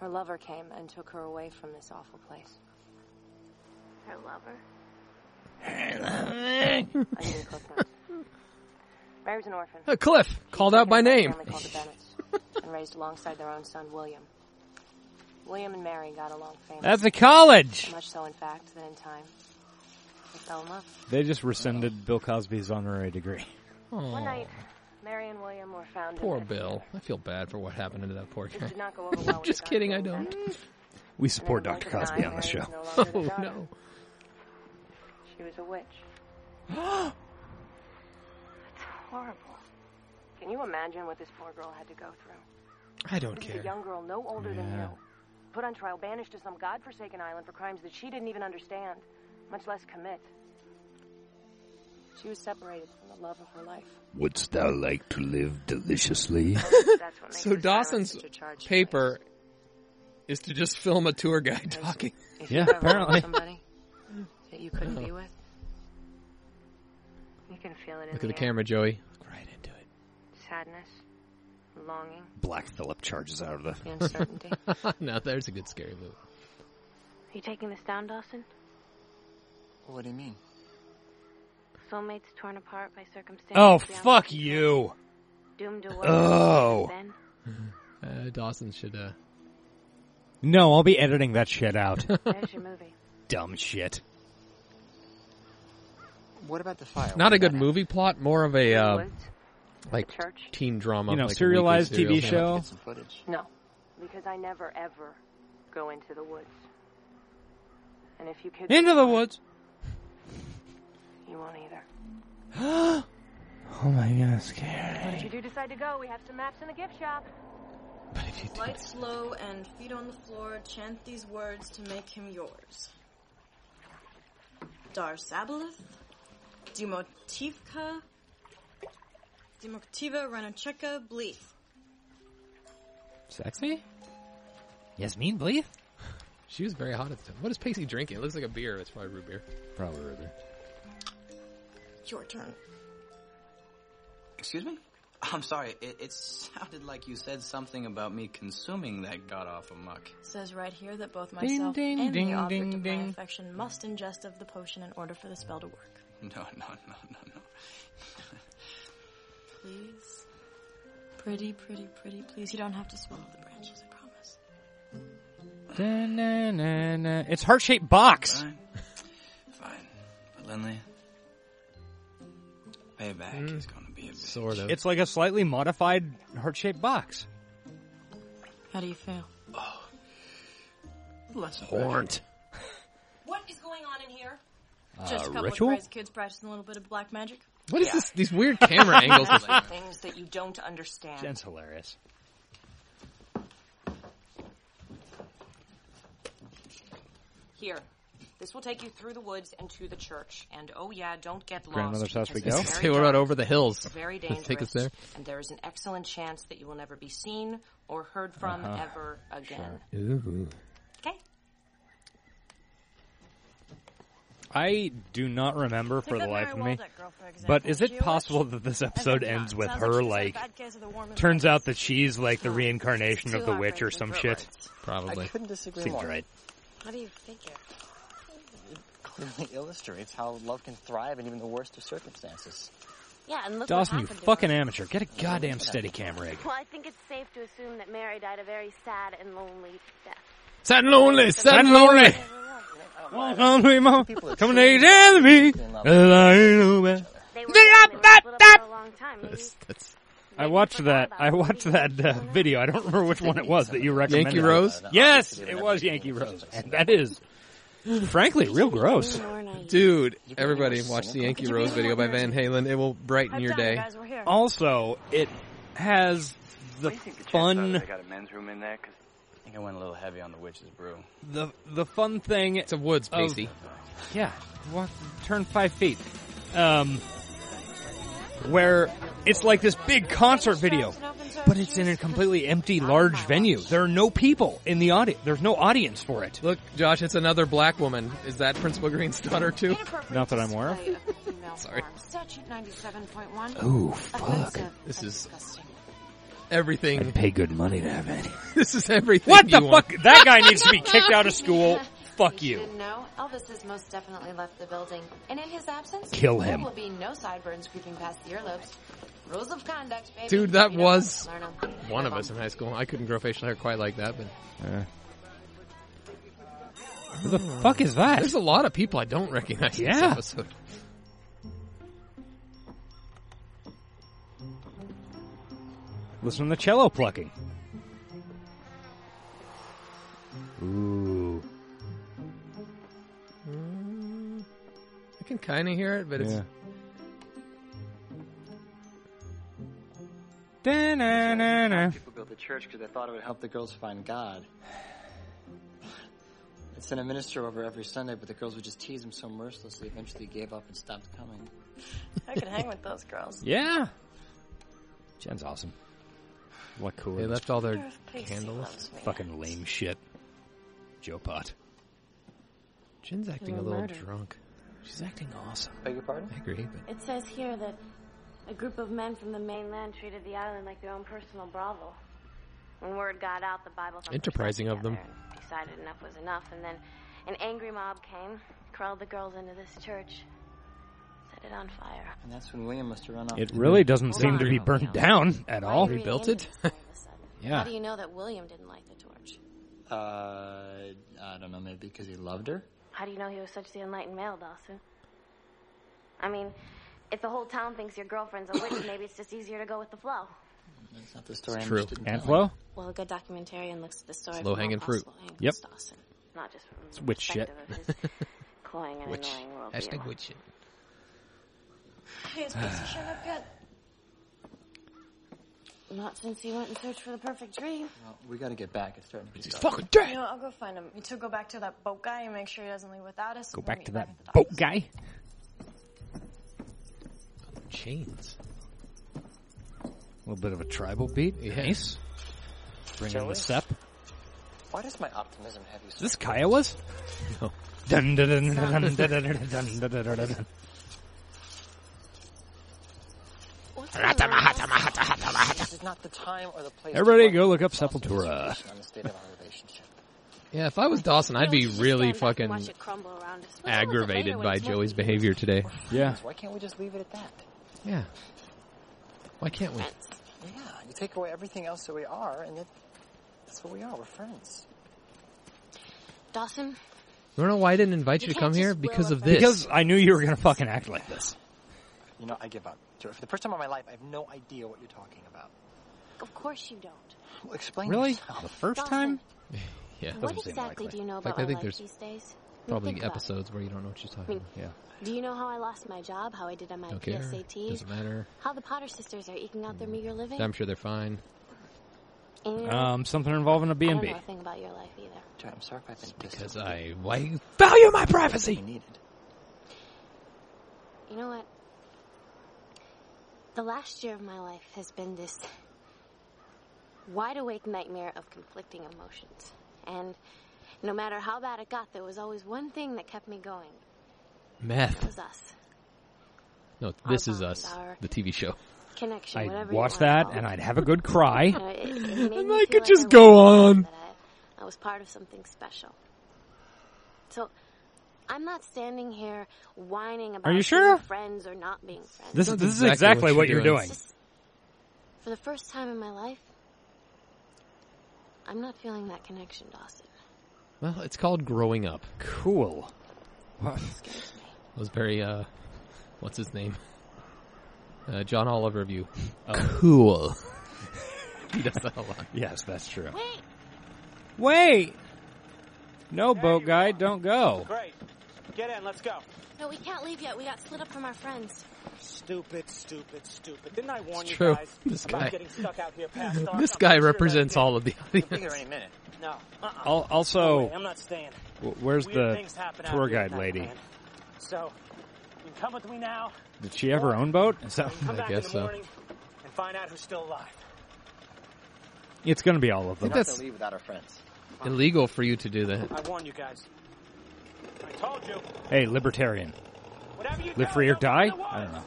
Her lover came and took her away from this awful place. Her lover. I need a cliff note. Mary's an orphan. Uh, Cliff, called out by name. family called the Bennets and raised alongside their own son William. William and Mary got along famously. That's a college. So Much so, in fact, that in time they fell in love. They just rescinded Bill Cosby's honorary degree. One night, Mary and William were found. Oh. Poor in Bill. I feel bad for what happened to that poor guy. did not go over well with Just the kidding, I don't. We support Dr. Cosby on the show. Oh no. She was a witch. That's horrible. Can you imagine what this poor girl had to go through? I don't this care. is a young girl no older than you, Yeah. put on trial, banished to some godforsaken island for crimes that she didn't even understand, much less commit. She was separated from the love of her life. Wouldst thou like to live deliciously? So Dawson's paper is to just film a tour guide talking. If you ever love Somebody that you couldn't be with. You can feel it in Uh-huh. Look the at the air. camera, Joey. Sadness, longing, Black Phillip charges out of the. the uncertainty. now there's a good scary movie. Are you taking this down, Dawson? What do you mean? Soulmates torn apart by circumstances. Oh, beyond fuck control. you. Doomed to what? Oh. Then Uh, Dawson should. Uh, No, I'll be editing that shit out. there's your movie. Dumb shit. What about the fire? not a good movie plot. More of a uh, like church. teen drama. You know, like a weekly serialized TV serial. show. No, because I never ever go into the woods. And if you kids Into the woods. you won't either. oh my god, But if you scary. do decide to go, we have some maps in the gift shop. Lights low and feet on the floor, chant these words to make him yours. Dar Sabalith, Demotivka, Demotiva Renocheka Bleeth. Sexy. Yasmin Bleeth. She was very hot at the time. What is Pacey drinking? It looks like a beer. It's probably root beer. Probably root beer. Your turn. Excuse me? I'm sorry. It, it sounded like you said something about me consuming that god awful muck. Says right here that both Ding, myself ding, and ding, the object ding, of my ding. affection must ingest of the potion in order for the spell to work. No, no, no, no, no. Please. Pretty, pretty, pretty, please. You don't have to swallow the branches, I promise. Da-na-na-na. It's heart shaped box. Fine. Fine. But Lindley, payback Hmm. is going to be a bitch. Sort It's like a slightly modified heart shaped box. How do you feel? Less Horned. What is going on in here? Uh, Just a couple ritual? of crazy kids practicing a little bit of black magic. What is this? These weird camera angles. Things that you don't understand. Jen's hilarious. Here. This will take you through the woods and to the church. And oh yeah, don't get lost. Grandmother's house we because go? it's Say, very what about dark, over the hills? it's Very Does dangerous. it take us there? And there is an excellent chance that you will never be seen or heard from Uh-huh. ever again. Ooh. Okay. I do not remember for Take the that life Mary of me. Waldeck girl, for example. But is She it was- possible that this episode Evidently ends not. with Sounds her like, she's like got a bad case of the warm and turns fuzzy. out that she's like the reincarnation Two of the witch or operating some room shit? Probably. I couldn't disagree Seems more. right. How do you figure? Clearly illustrates how love can thrive in even the worst of circumstances. Yeah, and look Dawson, what you happened to fucking her. amateur. Get a goddamn steady cam rig. Well, I think it's safe to assume that Mary died a very sad and lonely death. Sad and lonely, sad and lonely. Walk on, we mo- Come take down me. That's, that's I watched that. I watched that uh, video. I don't remember which one it was that you recommended. Yankee Rose? Yes, it was Yankee Rose. And that is, frankly, real gross. Dude, everybody watch the Could Yankee you Rose be video by Van Halen. It will brighten your day. Also, it has the fun, got a men's room in there because I think I went a little heavy on the witch's brew. the the fun thing. It's a woods, Pacey. Yeah, walk, turn five feet. Um, where it's like this big concert video, but it's in a completely empty, large venue. There are no people in the audience. There's no audience for it. Look, Josh, it's another black woman. Is that Principal Green's daughter too? Not that I'm aware of. Sorry. Statute 97.1. Ooh, fuck. This is everything. I'd pay good money to have it. This is everything. What the you want. fuck? That guy needs to be kicked out of school. Fuck you. should know, Elvis has most definitely left the building, and in his absence, Kill there him. will be no sideburns creeping past the earlobes. Rules of conduct, baby. Dude, that You know, was learn 'em. one of us in high school. I couldn't grow facial hair quite like that, but. Who the fuck is that? There's a lot of people I don't recognize in Yeah. this episode. Listen to the cello plucking. Ooh. I can kind of hear it, but it's. Da-na-na-na. People go to church because they thought it would help the girls find God. I'd send a minister over every Sunday, but the girls would just tease him so mercilessly, eventually he gave up and stopped coming. I could hang with those girls. Yeah. Jen's awesome. What cool. They left all their Earth Pacey candles. loves me. Fucking lame shit. Joe Pot. Jen's acting a little Little murder. drunk. She's acting awesome. Beg your pardon? I agree, but It says here that a group of men from the mainland treated the island like their own personal brothel. When word got out, the Bible thumpers enterprising of them. decided enough was enough, and then an angry mob came, crawled the girls into this church, set it on fire. And that's when William must have run off. It to really the- doesn't seem to be burnt down at all. Rebuilt it? Yeah. How do you know that William didn't light the torch? Uh, I don't know, maybe because he loved her? How do you know he was such the enlightened male, Dawson? I mean, if the whole town thinks your girlfriend's a witch, maybe it's just easier to go with the flow. That's not the story I'm true. interested in And telling. flow? Well, a good documentarian looks at the story. It's from all low-hanging fruit. possible angles, Yep. Dawson. Not just from It's witch shit. cloying and Witch. annoying world. Hashtag witch shit. Hey, is Pacey showing up yet? Not since he went in search for the perfect dream. Well, we gotta get back. It's starting to get dark. You know, I'll go find him. You two go back to that boat guy and make sure he doesn't leave without us. Go We'll back meet to that at the dock. boat guy. Chains. A little bit of a tribal beat. Nice. Bring in the Joey? sep. Why does my optimism have you Is so this Kiowas? No. Dun dun dun dun dun dun dun dun dun dun dun dun. This is not the time or the place. Everybody to go look up Dawson's Sepultura. situation On the state of our relationship. Yeah, if I was Dawson, I'd be really fucking Watch it crumble around us. aggravated by Joey's behavior today. Yeah. Why can't we just leave it at that? Yeah. Why can't we? Yeah, you take away everything else that we are, and that, that's what we are. We're friends. Dawson, You wanna know why I didn't invite you, You to come can't here? just will Because a of friend- this. Because I knew you were gonna fucking act like this. You know, I give up. Joe, For the first time in my life, I have no idea what you're talking about. of course you don't. Well, explain Really? yourself. The first Dawson, time? yeah. What Doesn't seem likely. exactly do you know In fact, about I my think life there's these days? I mean, Probably think about it. episodes where you don't know what she's I talking mean, about. Yeah. Do you know how I lost my job? How I did on my Don't care. PSATs? Doesn't matter. Mm. How the Potter sisters are eking out their meager living? I'm sure they're fine. And you know, Um, something involving a I don't B&B. know a thing about your life either. Joe, I'm sorry if I've been Because distant. I why value my You privacy. needed. You know what? The last year of my life has been this wide awake nightmare of conflicting emotions. And no matter how bad it got, there was always one thing that kept me going. It Meth. was us. No, this Our is bonds, us. our- The TV show. Connection, I'd whatever watch you wanna that call and it. I'd have a good cry. You know, it- it made me And feel I could like just I go was- on. that I, I was part of something special. So, I'm not standing here whining about you being sure? friends or not being friends. This, That's this is exactly exactly what what you're you're doing. It's just, for the first time in my life, I'm not feeling that connection, Dawson. Well, it's called growing up. Cool. It was very uh what's his name? Uh, John Oliver of you. Cool. he does that a lot. Yes, that's true. Wait, Wait! No, boat guy, don't go. Great. Get in. Let's go. no, we can't leave yet. We got split up from our friends. Stupid, stupid, stupid. Didn't I warn It's you true. guys This about guy- getting stuck out here past dark? This I'm guy sure that represents again. all of the We'll be here audience. any minute. No. Uh-uh. Al- No also, way, I'm not staying. w- where's Weird the things happen out Oh. tour here guide at night, lady? man. So, you come with me now. Did she have her own boat? Is that- Come I back guess in the so. morning and find out who's still alive. it's going to be all of them. We're not that's- gonna leave without our friends. Illegal for you to do that. I warned you guys. I told you. Hey, libertarian. Whatever you Live do, free or don't die? go in the I don't know.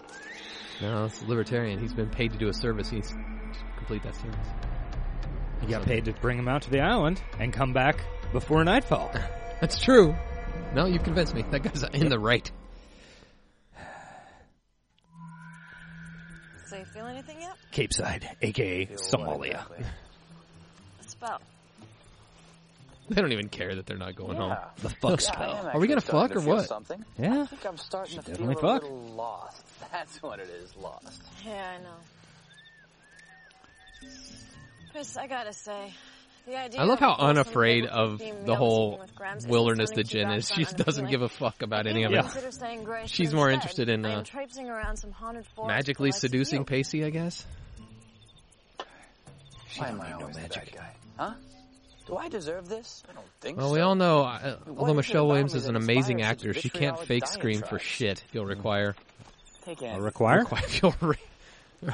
woods. No, it's libertarian. He's been paid to do a service. He's to complete that service. He got paid to bring him out to the island and come back before nightfall. That's true. No, you convinced me. That guy's in the right. So you feel anything yet? Cape Side, aka Somalia. A spell. They don't even care that they're not going home. Yeah. The fuck Yeah, I spell. am Are we gonna actually starting fuck to or feel what? something. Yeah. I think I'm starting to feel definitely a fuck. little lost. That's what it is, lost. Yeah, I know. Chris, I gotta say, the idea. I love how of a person unafraid able to of theme the meals whole eaten with grams is wilderness that something Jen she is. got She done doesn't anyway. give a fuck about any of Maybe it. consider saying grace She's more instead. interested in I am uh, traipsing around some haunted forest magically for the likes of seducing you. Pacey, I guess. Why am I always the bad guy? Huh? Do I deserve this? I don't think Well, so. we all know, uh, What although is it Michelle about Williams me is that an amazing inspires actor, such she can't vitriolic fake scream for diatribes? shit. You'll require. Take Andy. require? You'll re-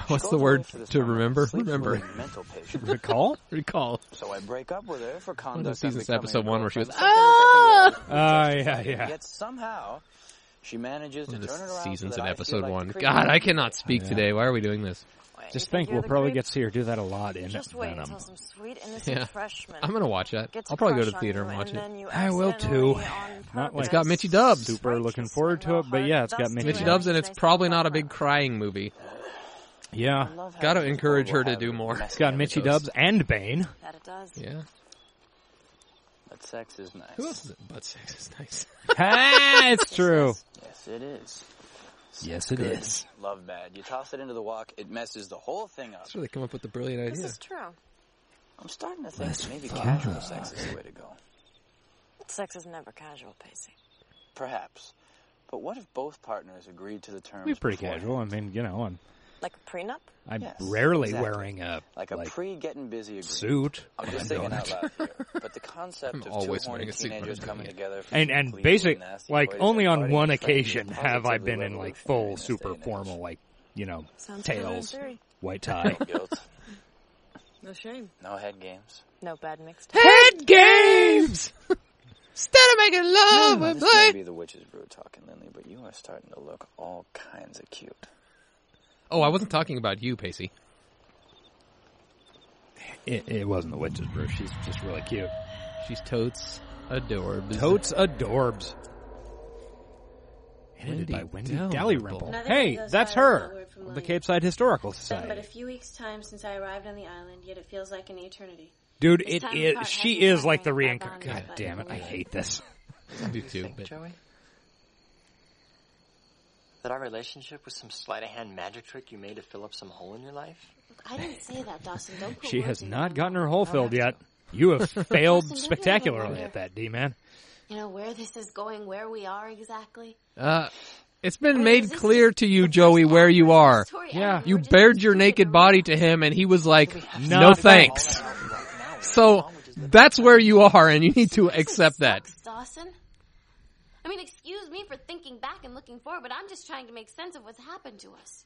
What's the word to remember? Sleeps Remember. with a mental patient. Recall? Recall. So I break up with her for One of conduct. those seasons, episode one, where she was. Ah! Ah, yeah, yeah. Yet somehow she manages to One of turn it the around. seasons so that in I feel episode like one. the creep. God, I cannot speak Yeah. today. Why are we doing this? Just think, we'll probably get to see her do that a lot in Just wait Venom. until some sweet innocent Yeah. freshman. I'm gonna watch that. gets I'll probably go a to the crush theater on and you watch it. then you I will too. Not like It's got Mitchie Dubs. Super looking forward to it, but yeah, it's got Mitchie Mitch Dubs, and it's probably not a big crying movie. Yeah. Got to encourage her to do more. It's got Mitchie Dubs and Bane. That it does. Yeah. But sex is nice. Who else is it? Butt sex is nice. ah, it's true. Yes, it is. Yes, it Good. is. Love bad. You toss it into the wok, it messes the whole thing up. That's where they come up with the brilliant idea. This is true. I'm starting to think Let's that maybe fuck. casual sex is the way to go. Sex is never casual, Pacey. Perhaps. But what if both partners agreed to the terms? It'd be pretty beforehand? casual. I mean, you know, I'm, Like a prenup? I'm Yes, rarely exactly. wearing a like a like, pre-getting busy agreement. suit. I'm I'm just thinking doing out it. loud here. But the concept I'm of always two horny wearing a suit when I'm teenagers doing coming it. together for and some and clean basic nasty like ways only of on partying one is frankly occasion have I positively been in like revolutionary full in this day super and age. formal like you know Sounds good in tails, theory. white tie. No guilt, No shame. no head games. No bad mixed. Head games. Instead of making Oh, love, Now, we're this may playing. be the witch's brew talking, Lindley, but you are starting to look all kinds of cute. Oh, I wasn't talking about you, Pacey. It, it wasn't the witch's brew. She's just really cute. She's totes adorbs. Totes adorbs. Edited by Wendy Wendy Dalrymple. Dalrymple. Hey, Another that's side of that her. uh, word from The William. Cape Side Historical It's been but a Society. few weeks' time since I arrived on the island, yet it feels like an eternity. Dude, This it time is. apart She hasn't is like been the bound reincarnation. by God button damn it! I anyway. hate this. do too, but Joey? That our relationship was some sleight of hand magic trick you made to fill up some hole in your life? I didn't say that, Dawson. Don't put She words has in not my gotten mouth. her Oh, hole filled yet. You have failed Justin, don't you ever spectacularly wonder- at that, D man. You know where this is going, where we are exactly. Uh, it's been made clear to you, Joey, where you are. Yeah. You bared your naked body to him, and he was like, No "No thanks." So that's where you are, and you need to accept that. Dawson? I mean, excuse me for thinking back and looking forward, but I'm just trying to make sense of what's happened to us.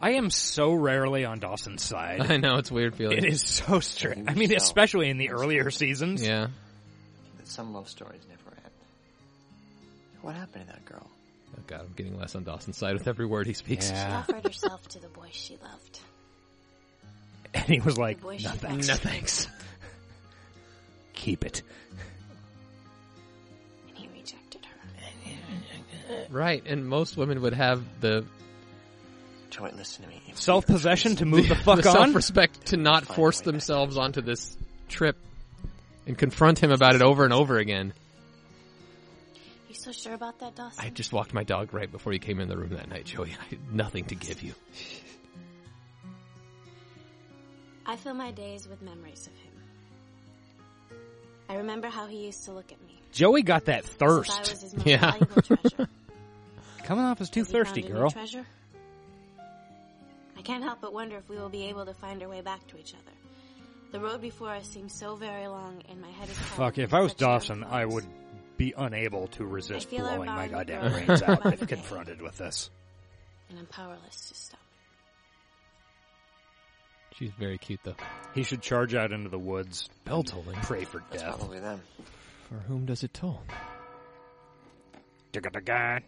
I am so rarely on Dawson's side. I know it's a weird feeling. It is so strange. I mean, especially in the earlier seasons. Yeah. That some love stories never end. What happened to that girl? Oh God, I'm getting less on Dawson's side with every word he speaks. She Yeah. offered herself to the boy she loved. And he was like, The boy no she thanks. likes. No thanks. Keep it. And he rejected her. Right, and most women would have the Joey, listen to me. If Self possession to move the, fuck on? self-respect to not force themselves onto this trip and confront him about it over and over again. You so sure about that, Dawson? I just walked my dog right before you came in the room that night, Joey. I had nothing to give you. I fill my days with memories of him. I remember how he used to look at me. Joey got that As if I was thirst. his most valuable treasure. Coming off as too Has he found thirsty, a new girl. treasure? I can't help but wonder if we will be able to find our way back to each other. The road before us seems so very long, and my head is Fuck, tired if I was with such Dawson, downfalls. I would be unable to resist feel our blowing my bond goddamn growing brains out by the if day. confronted with this. and I'm powerless to stop. She's very cute, though. He should charge out into the woods. Bell tolling. Pray for death. probably them. For whom does it toll? Digga-digga.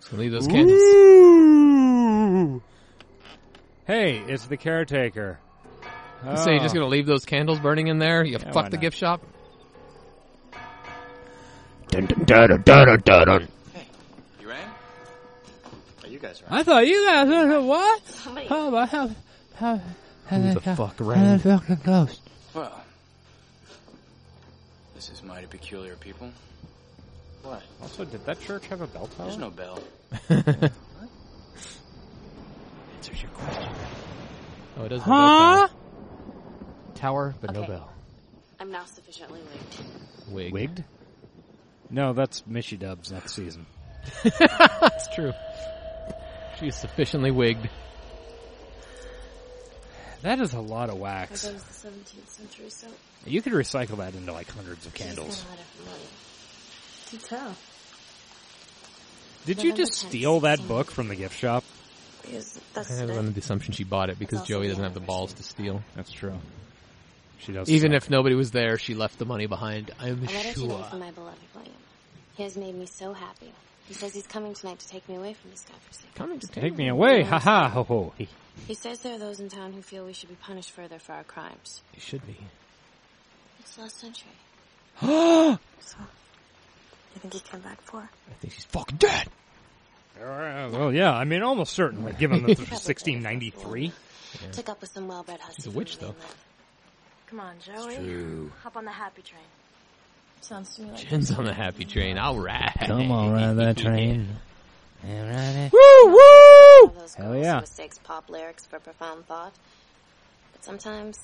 So leave those candles. Ooh. Hey, it's the caretaker. You say you're just Oh. gonna leave those candles burning in there? You Yeah, why fuck the not? gift shop. Dun, dun, dun, dun, dun, dun, dun, dun. You rang? Oh, you guys I thought you guys uh, what? Somebody. How about how, how, how Who the that- fuck how rang? that fucking ghost? Well, this is mighty peculiar, people. What? Also, did that church have a bell tower? There's no bell. Answers your question. Oh, it does. have Huh? a Tower, but no Okay. bell. I'm now sufficiently wigged. Wig. Wigged? No, that's Mishy Dubs next season. That's true. She's sufficiently wigged. That is a lot of There goes wax. the 17th century soap. You could recycle that into like hundreds of candles. She's got a lot of money. You tell. Did you November just 10th, steal that book from the gift shop? Because I that's had today. under the assumption she bought it because That's also Joey the doesn't have the balls to steal. That's true. She does. Even suck. if nobody was there, she left the money behind. I'm A letter today sure. from my beloved William. He has made me so happy. He says he's coming tonight to take me away from this conversation. Coming to take me away, Yes. haha, ho ho. He says there are those in town who feel we should be punished further for our crimes. It should be. It's last century. I So, you think he come back for? think she's fucking dead. Well, yeah, I mean, almost certainly, given that this was 1693. Took up with some well-bred hussy. She's a witch, though. Come on, Joey. true. Hop on the happy train. Sounds to me like Jen's on the happy train. All right. Come on, ride that train. Woo, woo! Those Hell girls yeah. Who mistakes pop lyrics for profound thought. But sometimes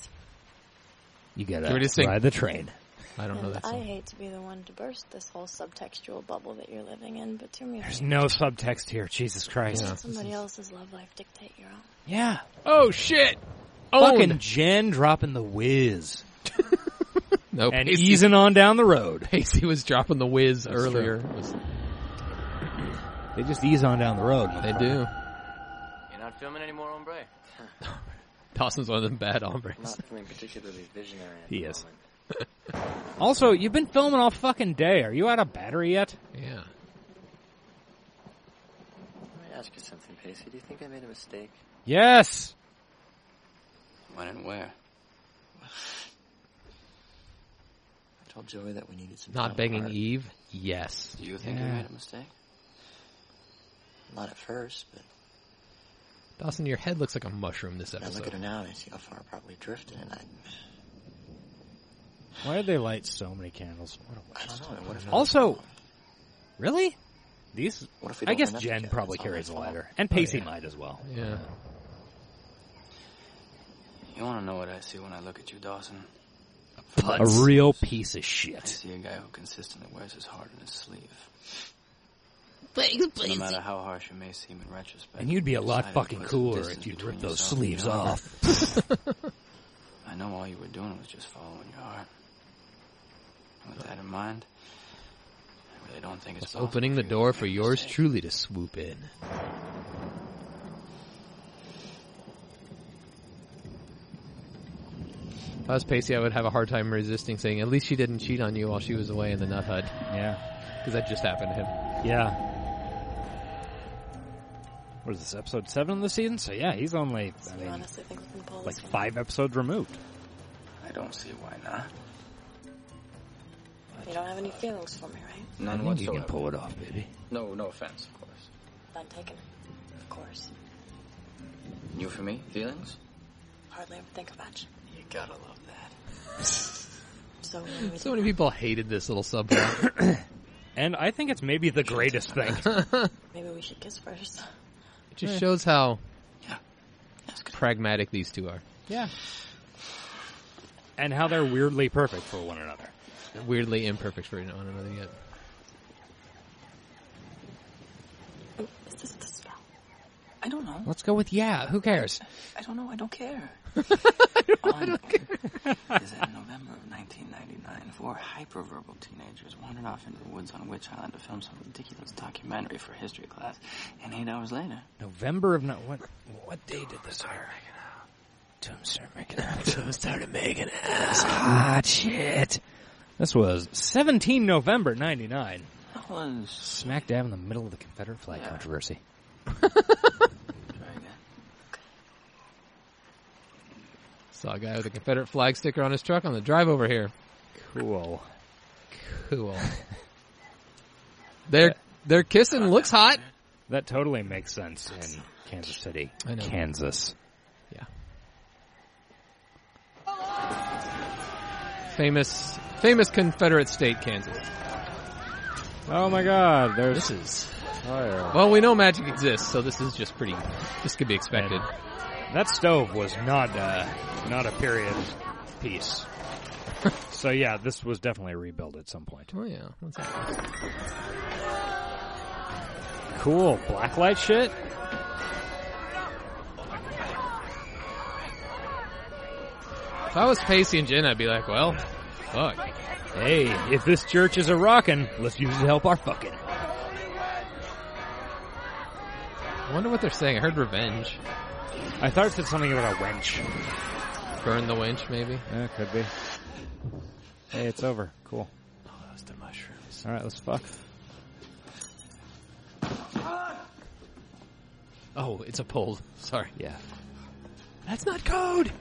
You gotta Can we just sing- ride the train. I don't know And that I song. hate to be the one to burst this whole subtextual bubble that you're living in, but do me a There's favor. no subtext here. Jesus Christ. Let somebody else's love life dictate your own. Yeah. Oh shit! Fucking Jen dropping the whiz. no, and Pacey- easing on down the road. Pacey was dropping the whiz That's earlier. true. It was- They just ease on down the road. They do. You're not filming any more ombre? Dawson's one of them bad hombres. Not feeling particularly visionary. He is. Also, you've been filming all fucking day. Are you out of battery yet? Yeah. Let me ask you something, Pacey. Do you think I made a mistake? Yes. When and where? I told Joey that we needed some time Not begging apart. Eve. Yes. Do you think I Yeah. made a mistake? Not at first, but Dawson, your head looks like a mushroom this I look at episode. her now and I see how far I probably drifted, and I, Why did they light so many candles? What a I waste. don't know. What if Also, really? These? What if we I don't guess end up Jen together? probably It's all carries a my fault. lighter, and Oh, Pacey yeah. might as well. Yeah. you want to know what I see when I look at you, Dawson? A real piece of shit. I see a guy who consistently wears his heart on his sleeve. No matter how harsh it may seem in retrospect. And you'd be a you lot decided to fucking put some cooler distance if you'd rip between those yourself and sleeves your heart. off. I know all you were doing was just following your heart. With that in mind, I really don't think it's possible Opening the you door to for make a yours mistake. truly to swoop in. If I was Pacey, I would have a hard time resisting saying, at least she didn't cheat on you while she was away in the nut hut. Yeah. Because that just happened to him. Yeah. What is this, episode 7 of the season? So yeah, he's only, I You mean, honestly think we can pull like this one? five episodes removed. I don't see why not. You don't have any feelings for me, right? None I think you can pull it off, baby. No, no offense, of course. Not taken it. Of course. You for me? Feelings? Hardly ever think about you. You gotta love that. So when we So many people hated this little subplot. And I think it's maybe the greatest thing. maybe we should kiss first. it just shows how Yeah. That's good. pragmatic these two are. yeah. And how they're weirdly perfect for one another. Weirdly imperfect for one another yet. Is this the spell? I don't know. Let's go with yeah, who cares? I don't know. I don't care. All I know is that in November of 1999, four hyperverbal teenagers wandered off into the woods on Witch Island to film some ridiculous documentary for history class, and eight hours later, November of, no, what, what day did this happen? Tombs started making out. Tombs started making out. Hot shit. This was 17 November 99. That was smack dab in the middle of the Confederate flag controversy. Saw a guy with a Confederate flag sticker on his truck on the drive over here. Cool. Cool. They're they're kissing. Looks hot. That totally makes sense in Kansas City. I know. Kansas. Yeah. Famous famous Confederate state, Kansas. Oh my god, there's This is well, we know magic exists, so this is just pretty. This could be expected. That stove was not uh, not a period piece. so yeah, this was definitely a rebuild at some point. Oh yeah, what's that? Cool. Blacklight shit? If I was Pacey and Jen, I'd be like, well, fuck. Hey, if this church is a rockin', let's use it to help our fucking. I wonder what they're saying. I heard revenge. I thought it said something about a wench. Burn the winch, maybe. Yeah, could be. Hey, it's over. Cool. Alright, let's fuck. Oh, it's a pole. Sorry. Yeah. That's not code.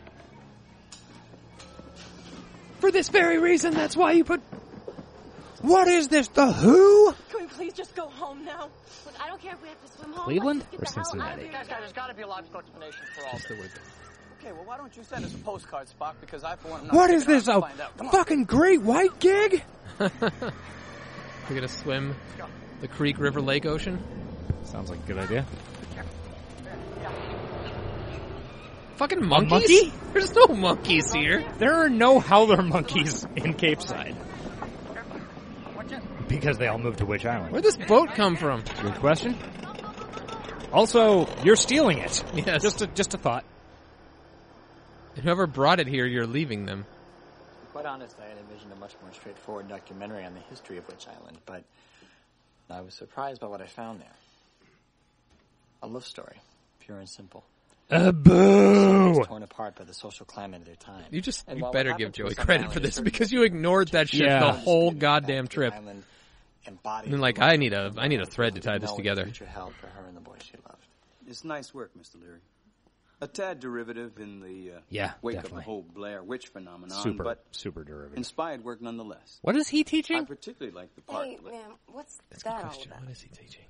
For this very reason, that's why you put. What is this? The who? Can we please just go home now? Look, I don't care if we have to swim home. Cleveland Let's or just get the hell out of Cincinnati? here. Guys, guys, there's got to be a logical explanation for all this. the word. Okay, well, why don't you send us a postcard, Spock? Because I, for one, am not What is sticking this? around A to find out. Come on. fucking great white gig? We're gonna swim the creek, river, lake, ocean. Sounds like a good idea. Fucking monkey? monkeys. There's no monkeys here. There are no howler monkeys in Cape Side. Because they all moved to Witch Island. Where'd this boat come from? Good question. Also, you're stealing it. Yes. Just a, just a thought. Whoever brought it here, you're leaving them. Quite honestly, I had envisioned a much more straightforward documentary on the history of Witch Island, but I was surprised by what I found there. A love story, pure and simple. Uh, It boo! was torn apart by the social climate of their time. You just And you while what better give happened to Joey some credit for islanders this were because you ignored that shit Yeah. the whole redistributed goddamn back to trip. Island, embodied And like the I need a I need a life thread to with tie this no together. Future help for her and the boy she loved. It's nice work, Mr. Leary. A tad derivative in the uh, Yeah, wake definitely. of the whole Blair Witch phenomenon, Super, but super derivative. inspired work nonetheless. What is he I teaching? particularly like the part. Hey, ma'am, what's that all about? What is he teaching?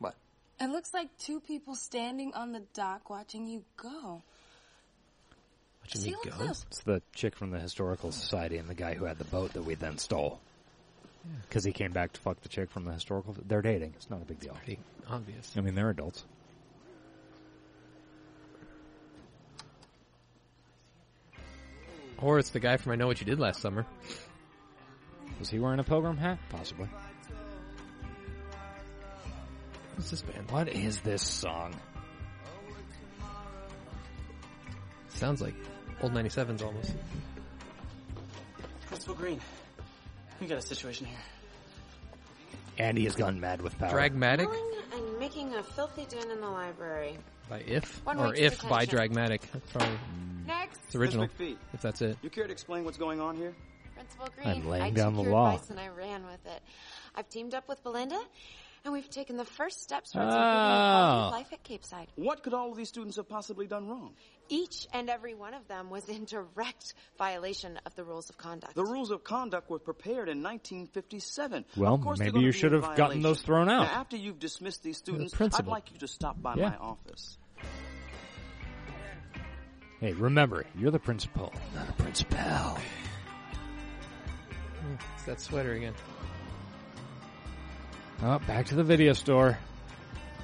What? It looks like two people standing on the dock watching you go. Watching See, me look go. close. It's the chick from the historical society and the guy who had the boat that we then stole. Because he came back to fuck the chick from the historical. They're dating. It's not a big deal. Pretty obvious. I mean, they're adults. Or it's the guy from I Know What You Did Last Summer. Was he wearing a pilgrim hat? Possibly. What's this band? What is this song? Sounds like old 97s almost. Principal Green, we got a situation here. Andy has gone mad with power. Dragmatic I'm making a filthy din in the library. by If One or week's If by detention. Dragmatic. That's probably Hmm. Next, it's original. Miss McPhee. If that's it. You care to explain what's going on here? Principal Green, laying I down took the your law. advice and I ran with it. I've teamed up with Belinda, and we've taken the first steps towards Oh. improving quality of life at Cape Side. What could all of these students have possibly done wrong? Each and every one of them was in direct violation of the rules of conduct. The rules of conduct were prepared in 1957. Well, Of course they're maybe gonna you be should in have gotten those thrown violation. out. Now, after you've dismissed these students, I'd principal. like you to stop by Yeah. my office. Hey, remember, you're the principal, not a principal. It's that sweater again. Oh, back to the video store.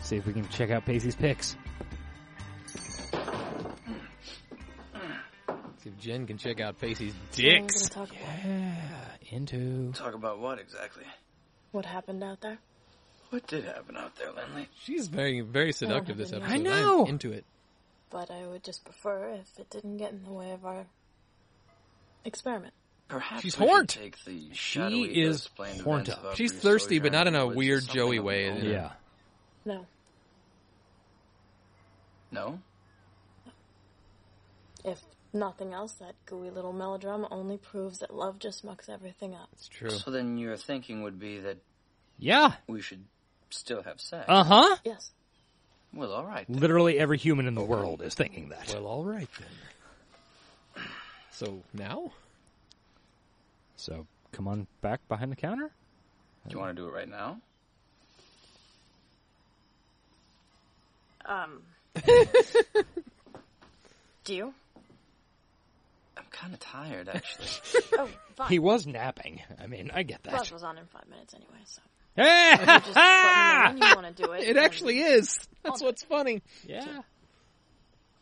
See if we can check out Pacey's picks. See if Jen can check out Pacey's we're dicks. gonna talk about Yeah, into. Talk about what exactly? what happened out there. What did happen out there, Lindley? She's very very seductive this have episode. any am know. into it. But I would just prefer if it didn't get in the way of our experiment. Perhaps She's we should horned. Take the She shadowy, is unexplained horned events up. of our She's brief thirsty, sojourn but not in a the woods to weird something Joey of a way. moment. you know. Yeah. No. No? If nothing else, that gooey little melodrama only proves that love just mucks everything up. It's true. So then your thinking would be that Yeah. we should still have sex. Uh-huh. Yes. Well, all right. Literally every human in the world is thinking that. Well, all right then. So now? So come on back behind the counter. Do you want to do it right now? Um. do you? I'm kind of tired, actually. Oh, fine. He was napping. I mean, I get that. Russ was on in five minutes anyway, so. Hey! You just let me know when you want to do it. Ah! It actually is. That's what's funny. Yeah.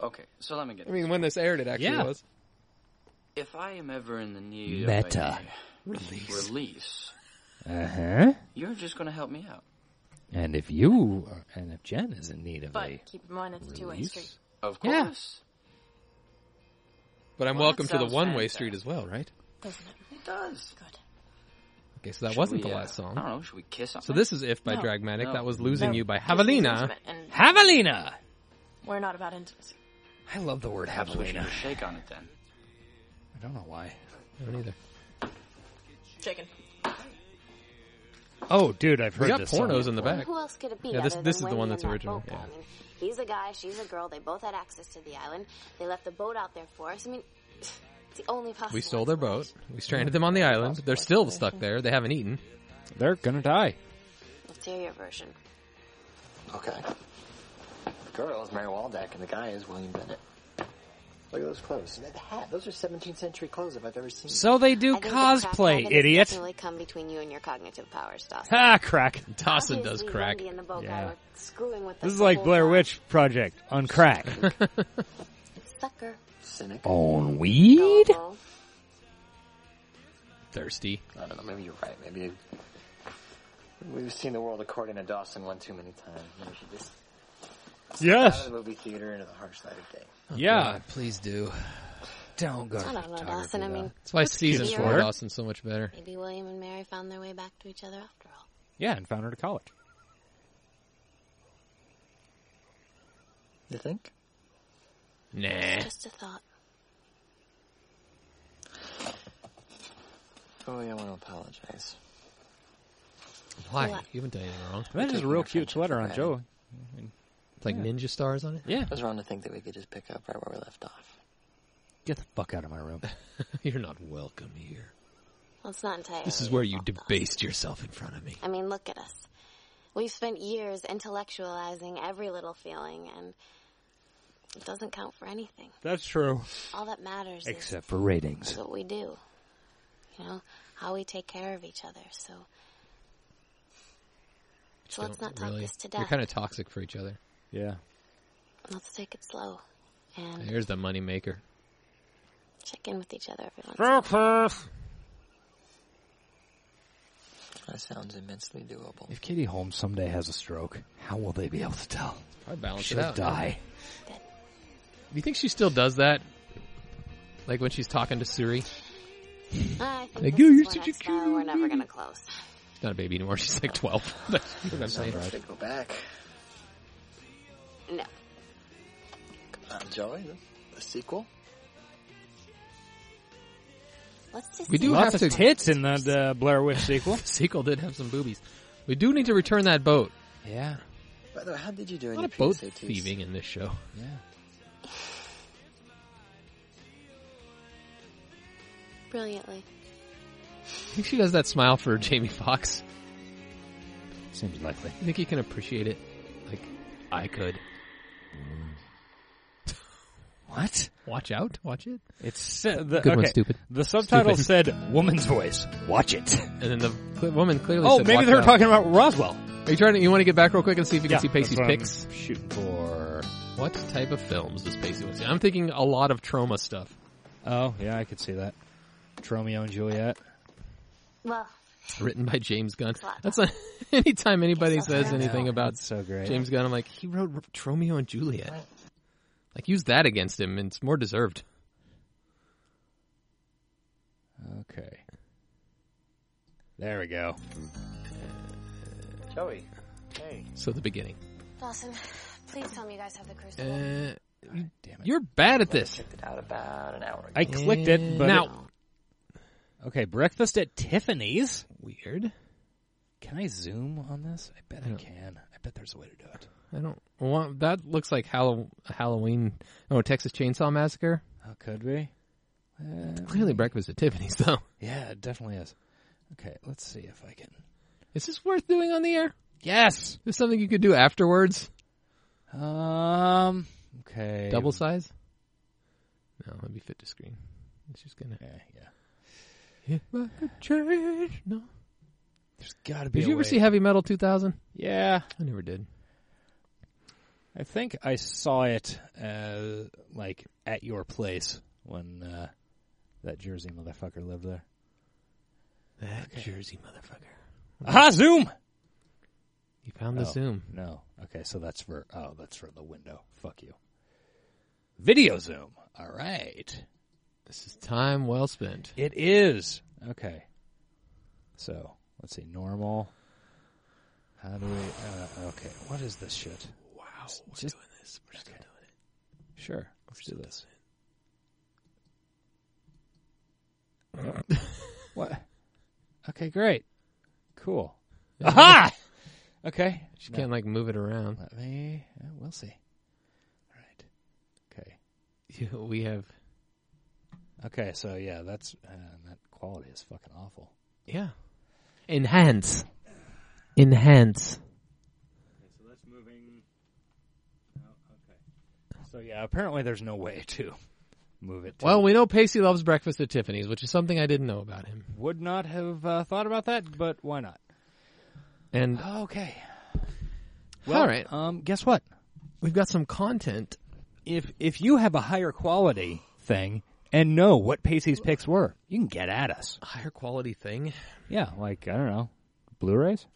Okay, so let me get. I mean, when this aired, it actually Yeah. was. If I am ever in the need Meta. of a release, release, Uh-huh. you're just going to help me out. And if you are- and if Jen is in need of But a keep in mind it's a two-way release? street. Of Yeah. course. But I'm Well, welcome that to the sounds one way fantastic. street as well, right? Doesn't it? It does. Okay, so that Should wasn't we, the uh, last song. I don't know. Should we kiss? So this is If by No. Dragmatic. No. That was Losing No. You by This is Havelina. intimate and- Havelina! We're not about intimacy. I love the word Perhaps we should Havelina. just shake on it then. I don't know why. I don't either. Chicken. Oh, dude, I've We heard got this pornos song in the before. back. Who else could it be? Yeah, this- other this than is the Wendy one and that's that original, boat? yeah. I mean, he's a guy, she's a girl. They both had access to the island. They left the boat out there for us. I mean, it's the only possible. We stole their boat. We stranded them on the island. They're still stuck there. They haven't eaten. They're gonna die. Let's hear your version. Okay. The girl is Mary Waldeck, and the guy is William Bennett. Look at those clothes. And that hat. Those are 17th century clothes if I've ever seen. So they I do think the crack cosplay, habit has idiot. Definitely come between you and your cognitive powers, Dawson. Ha, Ah, crack. Dawson does Obviously, crack. Wendy and the boat guy Yeah. were screwing with This us is the like whole Blair time. Witch Project on crack. Sucker. Cynic. on weed? Thirsty. I don't know. Maybe you're right. Maybe we've seen the world according to Dawson one too many times. Maybe we should just step Yes. out of the movie theater into the harsh light of day. Yeah. Oh, please do. Don't go. I don't know, Dawson. I mean, That's why what's season cute four here? Dawson's so much better. Maybe William and Mary found their way back to each other after all. Yeah, and found her to college. You think? Nah. Just a thought. Oh, yeah, I want to apologize. Why? What? You haven't done anything wrong. That is a real cute sweater on Joe. It's like ninja stars on it. Yeah. I was wrong to think that we could just pick up right where we left off. Get the fuck out of my room. You're not welcome here. Well, it's not entirely. This is where you debased yourself in front of me. I mean, look at us. We've spent years intellectualizing every little feeling, and it doesn't count for anything. That's true. All that matters Except for ratings. is what we do. You know, how we take care of each other. So, so let's not Don't talk really. this to You're death. kind of toxic for each other. Yeah. Let's take it slow and Here's the moneymaker. check in with each other every once in a while. Focus. That sounds immensely doable. If Katie Holmes someday has a stroke, how will they be able to tell? Probably balance She'll it out. die. Do you think she still does that? Like when she's talking to Suri? I think Like, this "Yo, is you're one such a X file We're never gonna close. She's not a baby anymore. She's like 12. That's what I'm saying. Sometimes they go back. No. Come on, Joey. The, the sequel? Let's just We do Lots have of to- tits in that uh, Blair Witch sequel. Sequel did have some boobies. We do need to return that boat. yeah. By the way, how did you A do in lot your of boat PSATs? thieving in this show. Yeah. brilliantly. I think she does that smile for Jamie Foxx. Seems likely. I think he can appreciate it. Like, I could. What? Watch out. Watch it. It's uh, the Good okay. one, stupid. The subtitle Stupid. said "Woman's Voice." Watch it. And then the cl- woman clearly Oh, said, maybe "Watch they were out." talking about Roswell. Are you trying to, you want to get back real quick and see if you Yeah, can see Pacey's that's what I'm picks? Shooting for. What type of films does Pacey want to see? I'm thinking a lot of trauma stuff. Oh yeah, I could see that. Romeo and Juliet. Well, Written by James Gunn. That's not, anytime anybody says anything about so great. James Gunn, I'm like, he wrote R- Romeo and Juliet. Like, use that against him, and it's more deserved. Okay. There we go. Joey. Hey. So the beginning. Dawson, please tell me you guys have the crucible. Uh, damn it. You're bad at this. Checked it out about an hour ago. I clicked it, but Eh, now okay, breakfast at Tiffany's. Weird. Can I zoom on this? I bet I, can. I bet there's a way to do it. I don't want that. Looks like Hallow- Halloween. Oh, Texas Chainsaw Massacre. Oh, could be. Clearly, breakfast at Tiffany's though. Yeah, it definitely is. Okay, let's see if I can. Is this worth doing on the air? Yes. Is something you could do afterwards? Um. Okay. Double size? No, that'd be fit to screen. It's just gonna. yeah. If I could change, no. There's got to be. Did a you ever way. see Heavy Metal 2000? Yeah, I never did. I think I saw it uh, like at your place when uh, that Jersey motherfucker lived there. That Jersey motherfucker. Aha, Ah, Zoom. You found Mm-hmm. the Oh, Zoom. No. Okay, so that's for oh, that's for the window. Fuck you. Video Zoom. All right. This is time well spent. It is. Okay. So, let's see normal. How do we uh, okay, what is this shit? Wow. We're doing this. We're just gonna do it. Sure. Let's do this. what? Okay, great. Cool. Aha! Okay. She can't like move it around. Let me. Uh, we'll see. All right. Okay. we have. Okay. So yeah, that's uh, that quality is fucking awful. Yeah. Enhance. Enhance. so that's moving. okay. So yeah, apparently there's no way to move it. To... Well, we know Pacey loves breakfast at Tiffany's, which is something I didn't know about him. would not have uh, thought about that, but why not? And Okay. Uh, all right, Um, guess what? we've got some content. If if you have a higher quality thing and know what Pacey's picks were, you can get at us. Higher quality thing. Yeah, like I don't know, Blu-rays.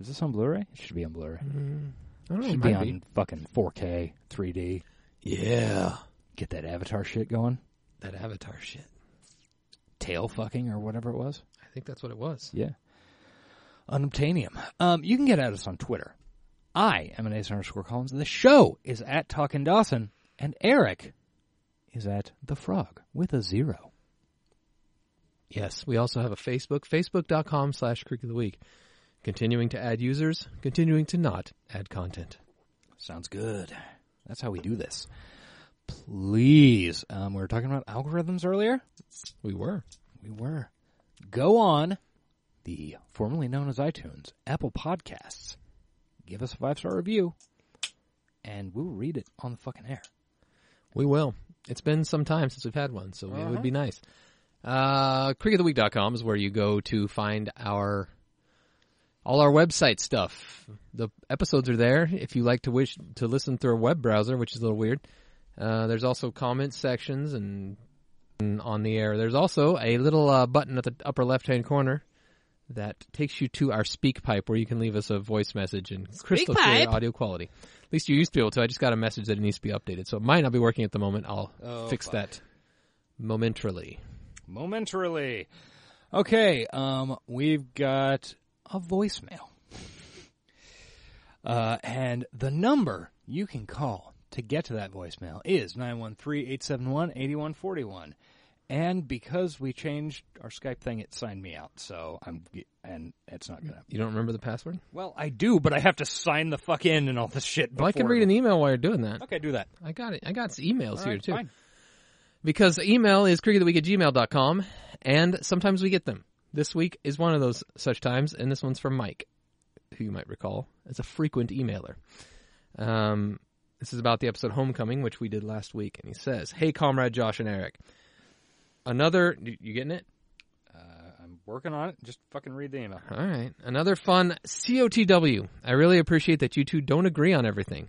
Is this on Blu-ray? It should be on Blu-ray. I don't know. Should it be might on fucking 4K, 3D. Yeah. Get that Avatar shit going. That Avatar shit. Tail fucking or whatever it was. I think that's what it was. Yeah. Unobtainium. Um, you can get at us on Twitter. I am an ace underscore Collins. The show is at Talkin' Dawson, and Eric is at The Frog with a zero. Yes, we also have a Facebook, facebook.com slash Creek of the Week. Continuing to add users, continuing to not add content. Sounds good. That's how we do this. Please. Um, we were talking about algorithms earlier. We were. We were. Go on the formerly known as iTunes, Apple Podcasts. Give us a five star review, and we'll read it on the fucking air. We will. It's been some time since we've had one, so it would be nice. Uh, creekoftheweek.com is where you go to find our all our website stuff. The episodes are there if you like to wish to listen through a web browser, which is a little weird. Uh, there's also comment sections and, and on the air. There's also a little uh, button at the upper left hand corner that takes you to our speak pipe where you can leave us a voice message in crystal clear pipe? audio quality. At least you used to be able to. I just got a message that it needs to be updated, so it might not be working at the moment. I'll Oh, fix fuck. that momentarily. Momentarily. Okay, um, we've got a voicemail. Uh, and the number you can call to get to that voicemail is 913-871-8141. And because we changed our Skype thing, it signed me out. So I'm, and it's not gonna. You don't remember the password? Well, I do, but I have to sign the fuck in and all this shit. Well, I can before- read an email while you're doing that. Okay, do that. I got it. I got emails e- All here right, too. fine. Because the email is creekoftheweek at gmail.com, and sometimes we get them. This week is one of those such times, and this one's from Mike, who you might recall as a frequent emailer. Um, this is about the episode Homecoming, which we did last week, and he says, Hey, comrade Josh and Eric. Another, you you getting it? I'm working on it. Just fucking read the email. All right. Another fun COTW. I really appreciate that you two don't agree on everything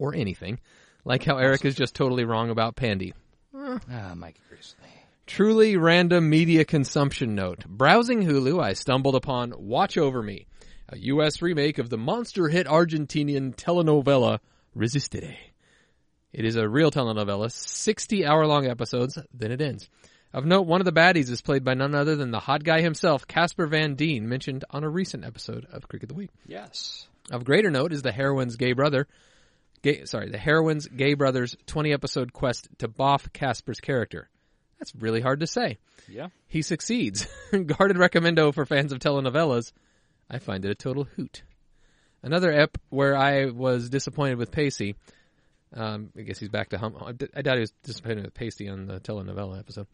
or anything, like how Eric is just totally wrong about Pandy. Ah, Mike agrees with me. Truly random media consumption note. Browsing Hulu, I stumbled upon Watch Over Me, a U.S. remake of the monster hit Argentinian telenovela Resistere. It is a real telenovela, 60 hour long episodes, then it ends. Of note, one of the baddies is played by none other than the hot guy himself, Casper Van Deen, mentioned on a recent episode of Creek of the Week. Yes. Of greater note is the heroine's gay brother, Gay, sorry, the heroine's gay brother's 20 episode quest to boff Casper's character. That's really hard to say. Yeah. He succeeds. Guarded recommendo for fans of telenovelas. I find it a total hoot. Another ep where I was disappointed with Pacey. Um, I guess he's back to hum. I d- I doubt he was disappointed with Pacey on the telenovela episode.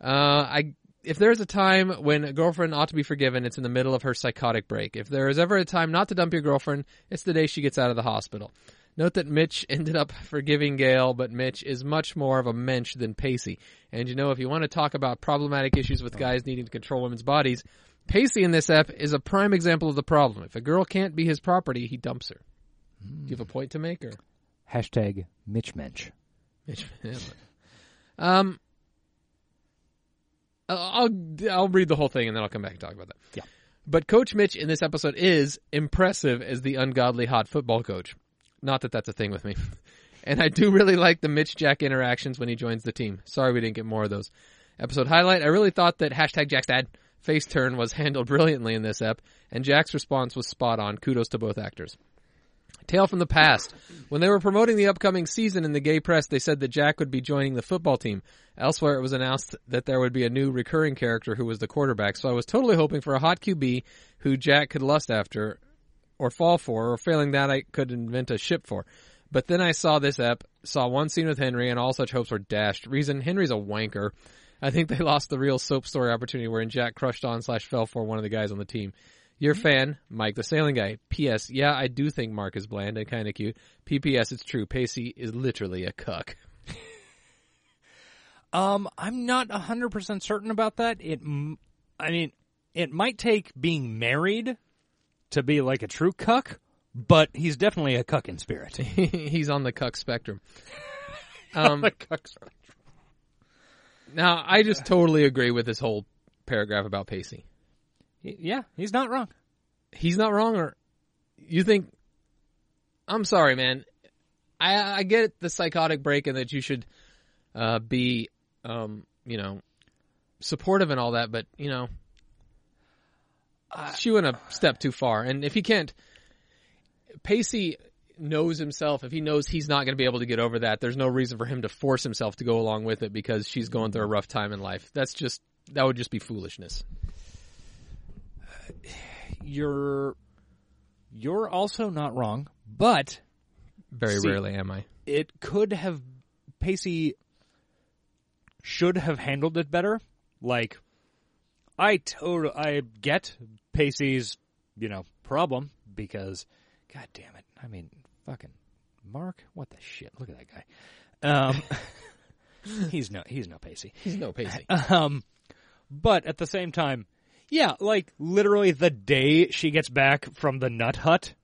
Uh, I if there is a time when a girlfriend ought to be forgiven, it's in the middle of her psychotic break. If there is ever a time not to dump your girlfriend, it's the day she gets out of the hospital. Note that Mitch ended up forgiving Gail, but Mitch is much more of a mensch than Pacey. And you know, if you want to talk about problematic issues with guys needing to control women's bodies, Pacey in this ep is a prime example of the problem. If a girl can't be his property, he dumps her. Do you have a point to make, or Hashtag Mitch Mensch. Mitch Hedberg. um, I'll I'll read the whole thing and then I'll come back and talk about that. Yeah. But Coach Mitch in this episode is impressive as the ungodly hot football coach. Not that that's a thing with me. And I do really like the Mitch Jack interactions when he joins the team. Sorry we didn't get more of those. Episode highlight. I really thought that hashtag Jack's dad face turn was handled brilliantly in this ep, and Jack's response was spot on. Kudos to both actors. Tale from the past. When they were promoting the upcoming season in the gay press, they said that Jack would be joining the football team. Elsewhere, it was announced that there would be a new recurring character who was the quarterback. So I was totally hoping for a hot QB who Jack could lust after or fall for, or failing that, I could invent a ship for. But then I saw this ep, saw one scene with Henry, and all such hopes were dashed. Reason Henry's a wanker. I think they lost the real soap story opportunity wherein Jack crushed on slash fell for one of the guys on the team. Your Mm-hmm. fan, Mike the Sailing Guy. P.S. Yeah, I do think Mark is bland and kind of cute. P.P.S. It's true. Pacey is literally a cuck. Um, I'm not 100% certain about that. It, m- I mean, it might take being married to be like a true cuck, but he's definitely a cuck in spirit. He's on the cuck spectrum. Um, The cuck spectrum. Now, I just totally agree with this whole paragraph about Pacey. Yeah, he's not wrong. He's not wrong, or you think? I'm sorry, man. I I get the psychotic break and that you should uh, be, um, you know, supportive and all that, but you know, she went a step too far. And if he can't, Pacey knows himself. If he knows he's not going to be able to get over that, there's no reason for him to force himself to go along with it because she's going through a rough time in life. That's just that would just be foolishness. You're, you're also not wrong, but Very See, rarely am I. it could have Pacey should have handled it better. Like I total I get Pacey's, you know, problem because god damn it. I mean, fucking Mark, what the shit? Look at that guy. Um he's no he's no Pacey. He's no Pacey. Um but at the same time, yeah, like literally the day she gets back from the nut hut.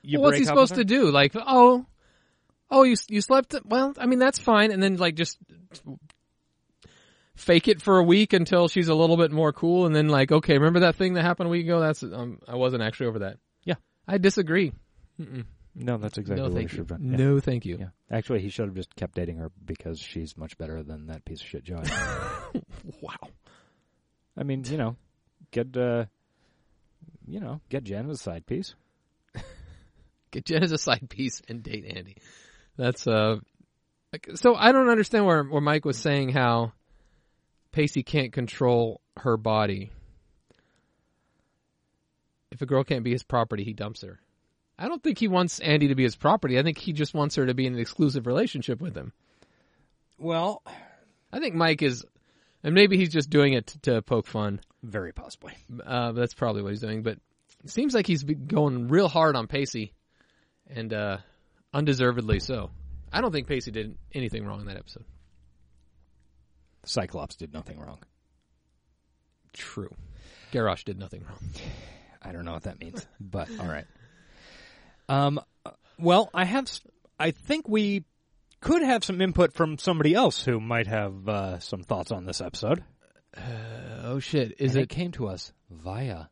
You Well, what's break he up with supposed her? to do? Like, oh, oh, you you slept. Well, I mean that's fine, and then like just fake it for a week until she's a little bit more cool, and then like, okay, remember that thing that happened a week ago? That's um, I wasn't actually over that. Yeah. I disagree. Mm-mm. No, that's exactly no, what he thank should you. have done. Yeah. No, thank you. Yeah. Actually, he should have just kept dating her because she's much better than that piece of shit Joey. Wow. I mean, you know, get uh you know, get Jen as a side piece. Get Jen as a side piece and date Andy. That's uh. like, So I don't understand where where Mike was saying how Pacey can't control her body. If a girl can't be his property, he dumps her. I don't think he wants Andy to be his property. I think he just wants her to be in an exclusive relationship with him. Well, I think Mike is, and maybe he's just doing it t- to poke fun. very possibly. Uh, that's probably what he's doing. But it seems like he's been going real hard on Pacey, and uh, undeservedly so. I don't think Pacey did anything wrong in that episode. Cyclops did nothing wrong. True. Garrosh did nothing wrong. I don't know what that means, but all right. Um uh, well, I have s- I think we could have some input from somebody else who might have uh, some thoughts on this episode. Oh shit! Is and it it came to us via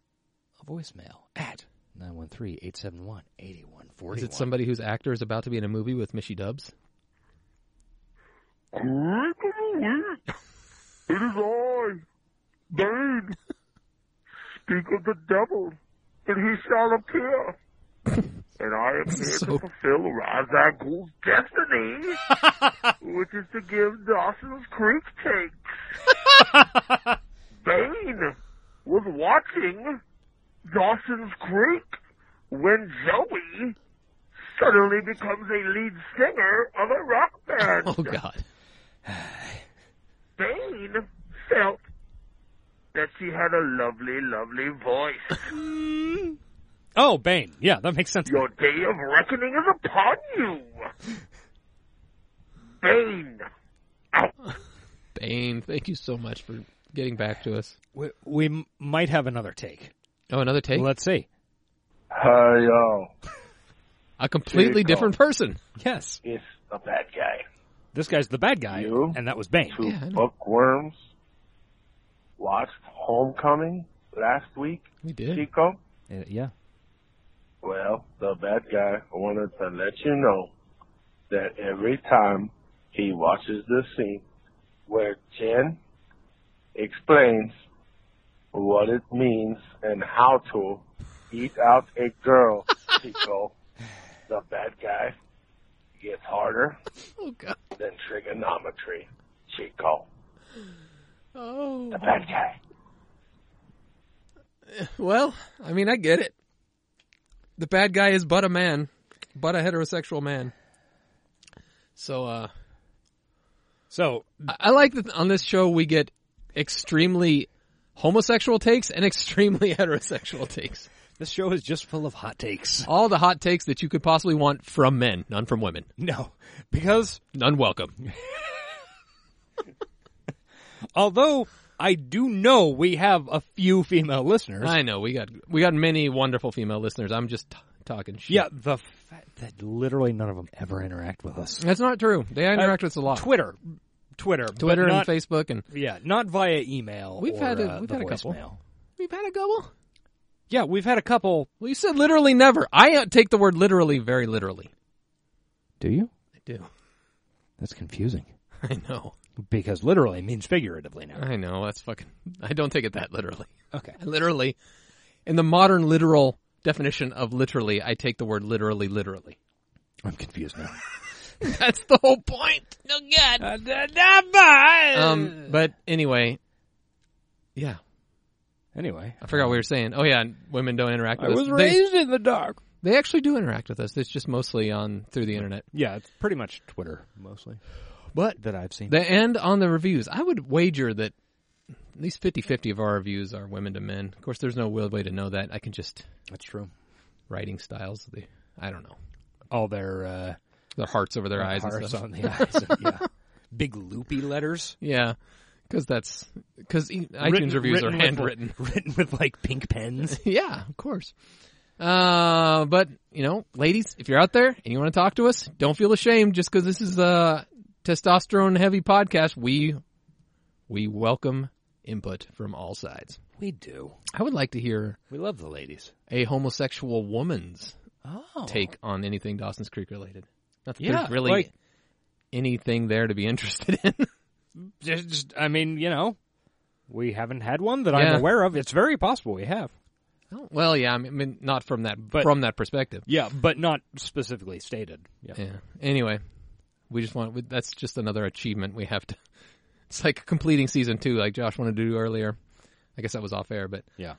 a voicemail at 913-871-8141. is it somebody whose actor is about to be in a movie with Mishy Dubs? It is I, Bane. Speak of the devil, and he shall appear. and I am here So- to fulfill Razak Ghoul's destiny, which is to give Dawson's Creek cakes. Bane was watching Dawson's Creek when Joey suddenly becomes a lead singer of a rock band. Oh, God. Bane felt that she had a lovely, lovely voice. Oh, Bane. Yeah, that makes sense. Your day of reckoning is upon you. Bane. Bane, thank you so much for getting back to us. We, we m- might have another take. Oh, another take? Let's see. Hi, y'all. A completely Jacob. different person. Yes. It's a bad guy. This guy's the bad guy, and that was Bane. Two bookworms watched Homecoming last week. We did. Chico. Uh, yeah. Well, the bad guy wanted to let you know that every time he watches the scene where Jen explains what it means and how to eat out a girl, Chico, the bad guy gets harder than trigonometry, Chico. Oh. The bad guy. Well, I mean, I get it. The bad guy is but a man, but a heterosexual man. So, uh, so I, I like that on this show we get extremely homosexual takes and extremely heterosexual takes. This show is just full of hot takes. All the hot takes that you could possibly want from men, none from women. No, because none welcome. Although I do know we have a few female listeners. I know we got we got many wonderful female listeners. I'm just t- talking shit. Yeah, the fact that literally none of them ever interact with us. That's not true. They interact Uh, with us a lot. Twitter, Twitter, but Twitter, not- and Facebook, and Yeah, not via email. We've or, had a- uh, we've the had a couple. voicemail. We've had a couple. Yeah, we've had a couple. Well, you said literally never. I uh, take the word literally very literally. Do you? I do. That's confusing. I know. Because literally means figuratively now. I know. That's fucking. I don't take it that literally. Okay. I literally, in the modern literal definition of literally, I take the word literally literally. I'm confused now. That's the whole point. No good. Um, but anyway, yeah. Anyway, I forgot what we were saying. Oh yeah, and women don't interact. I with was us. raised They, in the dark. they actually do interact with us. It's just mostly on through the internet. Yeah, it's pretty much Twitter mostly. But that I've seen. The end on the reviews. I would wager that at least 50-50 of our reviews are women to men. Of course, there's no real way to know that. I can just that's true. Writing styles. They, I don't know. All their uh, their hearts over their eyes. and hearts stuff. on the eyes. and- yeah, big loopy letters. yeah, because that's because iTunes Written- reviews written are with- handwritten. written with like pink pens. yeah, of course. Uh, but you know, ladies, if you're out there and you want to talk to us, don't feel ashamed just because this is a testosterone heavy podcast. We we welcome input from all sides. We do. I would like to hear We love the ladies. a homosexual woman's Oh. take on anything Dawson's Creek related. Not that Yeah, there's really like- anything there to be interested in. Just, just- I mean, you know, we haven't had one that Yeah. I'm aware of. It's very possible we have. Well, yeah, I mean- I mean, not from that But- from that perspective. Yeah, but not specifically stated. Yeah. Yeah. Anyway, we just want we- that's just another achievement we have to. It's like completing season two, like Josh wanted to do earlier. I guess that was off air, but yeah,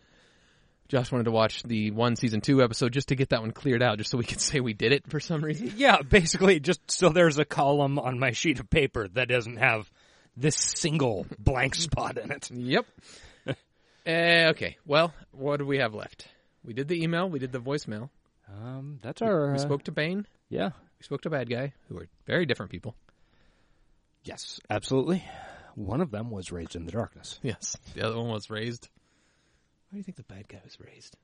Josh wanted to watch the one season two episode just to get that one cleared out, just so we could say we did it for some reason. Yeah, basically, just so there's a column on my sheet of paper that doesn't have this single blank spot in it. Yep. Eh, okay. Well, what do we have left? We did the email. We did the voicemail. Um, that's We- our. We uh, spoke to Bane. Yeah. We spoke to Bad Guy, who are very different people. Yes, absolutely. One of them was raised in the darkness. Yes. The other one was raised. Where do you think the bad guy was raised?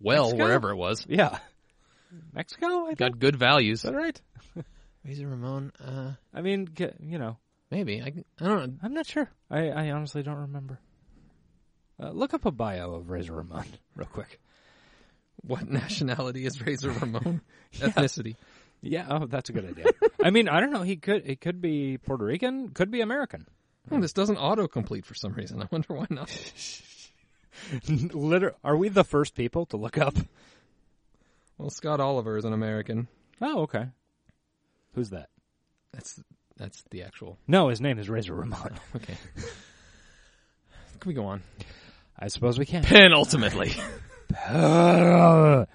Well, Well, wherever it was. Yeah. Mexico? I Got good values. Is that right? Razor Ramon. Uh, I mean, g- you know. Maybe. I, can- I don't know. I'm not sure. I, I honestly don't remember. Uh, look up a bio of Razor Ramon real quick. What nationality is Razor Ramon? Yeah. Ethnicity. Yeah, oh, that's a good idea. I mean, I don't know. He could. It could be Puerto Rican. Could be American. Hmm, this doesn't autocomplete for some reason. I wonder why not. Liter- are we the first people to look up? Well, Scott Oliver is an American. Oh, okay. Who's that? That's that's the actual. No, his name is Razor Ramon. okay. Can we go on? I suppose we can. Penultimately.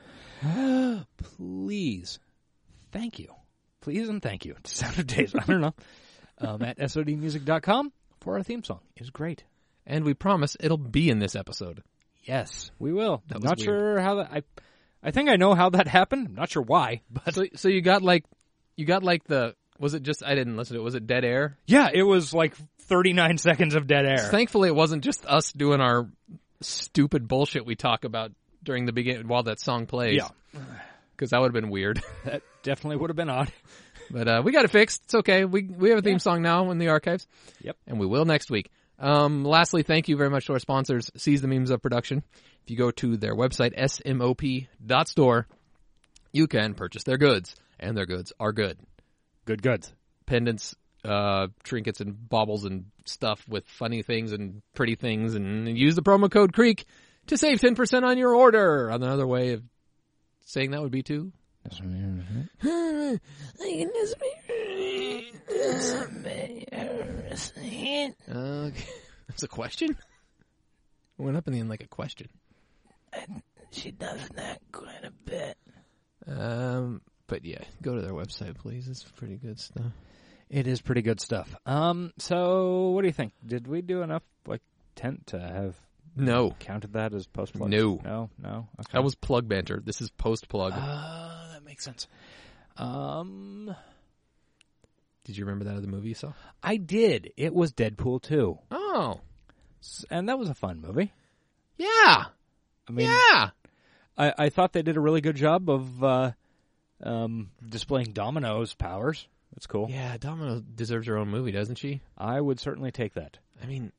Please. Thank you. Please and thank you. It's Sound of Days. I don't know. Um, at SODmusic.com for our theme song. It's great. And we promise it'll be in this episode. Yes, we will. That was Not weird. sure how that. I, I think I know how that happened. I'm not sure why, but So, so you got like, you got like the. Was it just? I didn't listen to it. Was it dead air? yeah, it was like 39 seconds of dead air. Thankfully, it wasn't just us doing our stupid bullshit we talk about during the beginning while that song plays. Yeah. because that would have been weird. That definitely would have been odd. But uh, we got it fixed. It's okay. We we have a theme song now in the archives. Yep. And we will next week. Um, lastly, thank you very much to our sponsors, Seize the Memes Up Production. If you go to their website, smop.store, you can purchase their goods. And their goods are good. Good goods. Pendants, uh, trinkets, and baubles and stuff with funny things and pretty things. And use the promo code CREEK to save 10% on your order. Another way of saying that would be to Okay. Okay. That's a question? It went up in the end like a question. She does that quite a bit. Um, but yeah, go to their website, please. It's pretty good stuff. It is pretty good stuff. Um, so what do you think? Did we do enough like tent to have No. counted that as post plug? No. no, no. Okay. That was plug banter. This is post plug. Uh, that makes sense. Um, Did you remember that other movie you saw? I did. It was Deadpool two, Oh, and that was a fun movie. yeah, I mean, yeah. I, I thought they did a really good job of uh, um, displaying Domino's powers. That's cool. Yeah, Domino deserves her own movie, doesn't she? I would certainly take that. I mean,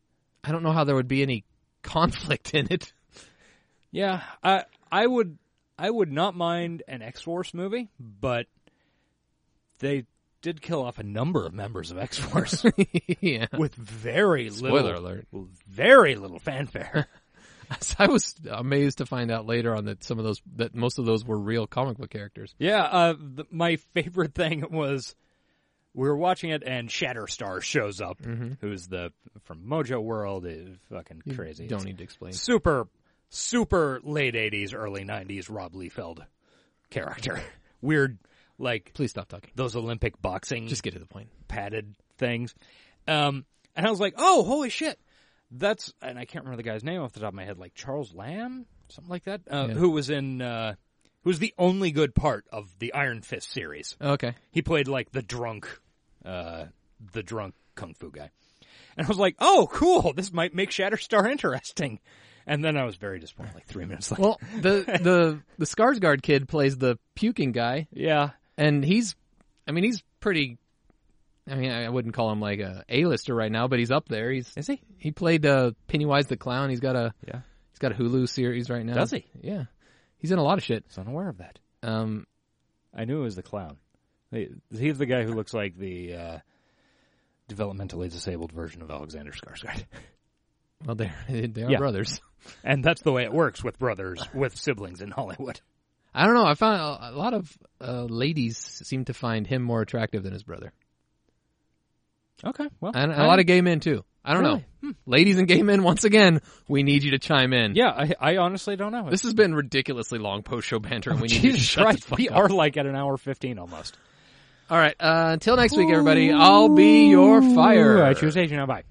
I don't know how there would be any conflict in it. Yeah, I I would I would not mind an X Force movie, but they did kill off a number of members of X Force yeah. with very little Spoiler alert. very little fanfare. I was amazed to find out later on that some of those that most of those were real comic book characters. yeah, uh, th- my favorite thing was we were watching it and Shatterstar shows up, who's the from Mojo World is fucking Mm-hmm. You crazy. Don't It's need to explain. super super late 80s early 90s Rob Liefeld character. Weird like Please stop talking. those Olympic boxing Just get to the point. padded things. Um, and I was like, oh, holy shit. That's, and I can't remember the guy's name off the top of my head, like Charles Lamb, something like that, uh, Yeah. who was in, uh, who was the only good part of the Iron Fist series. Okay. He played like the drunk, uh, the drunk kung fu guy. And I was like, oh, cool. This might make Shatterstar interesting. And then I was very disappointed, like three minutes later. Well, the the the Skarsgård kid plays the puking guy, yeah. and he's, I mean, he's pretty. I mean, I wouldn't call him like a A-lister right now, but he's up there. He's Is he? he played uh, Pennywise the clown. He's got a Yeah. he's got a Hulu series right now. Does he? Yeah, he's in a lot of shit. I was unaware of that. Um, I knew it was the clown. He- He's the guy who looks like the uh, developmentally disabled version of Alexander Skarsgård, well, they're they are Yeah. brothers. and that's the way it works with brothers with siblings in Hollywood. I don't know. I found a, a lot of uh, ladies seem to find him more attractive than his brother, Okay, well, and a lot of gay men too. I don't Really? know. Ladies and gay men, once again, we need you to chime in. yeah, I, I honestly don't know. This has been ridiculously long post show banter, and we need to Oh, Jesus shut Christ, the fuck we up. are like at an hour fifteen almost. All right, uh, until next week, everybody. I'll be your fire. Ooh, I choose Asia now. Bye.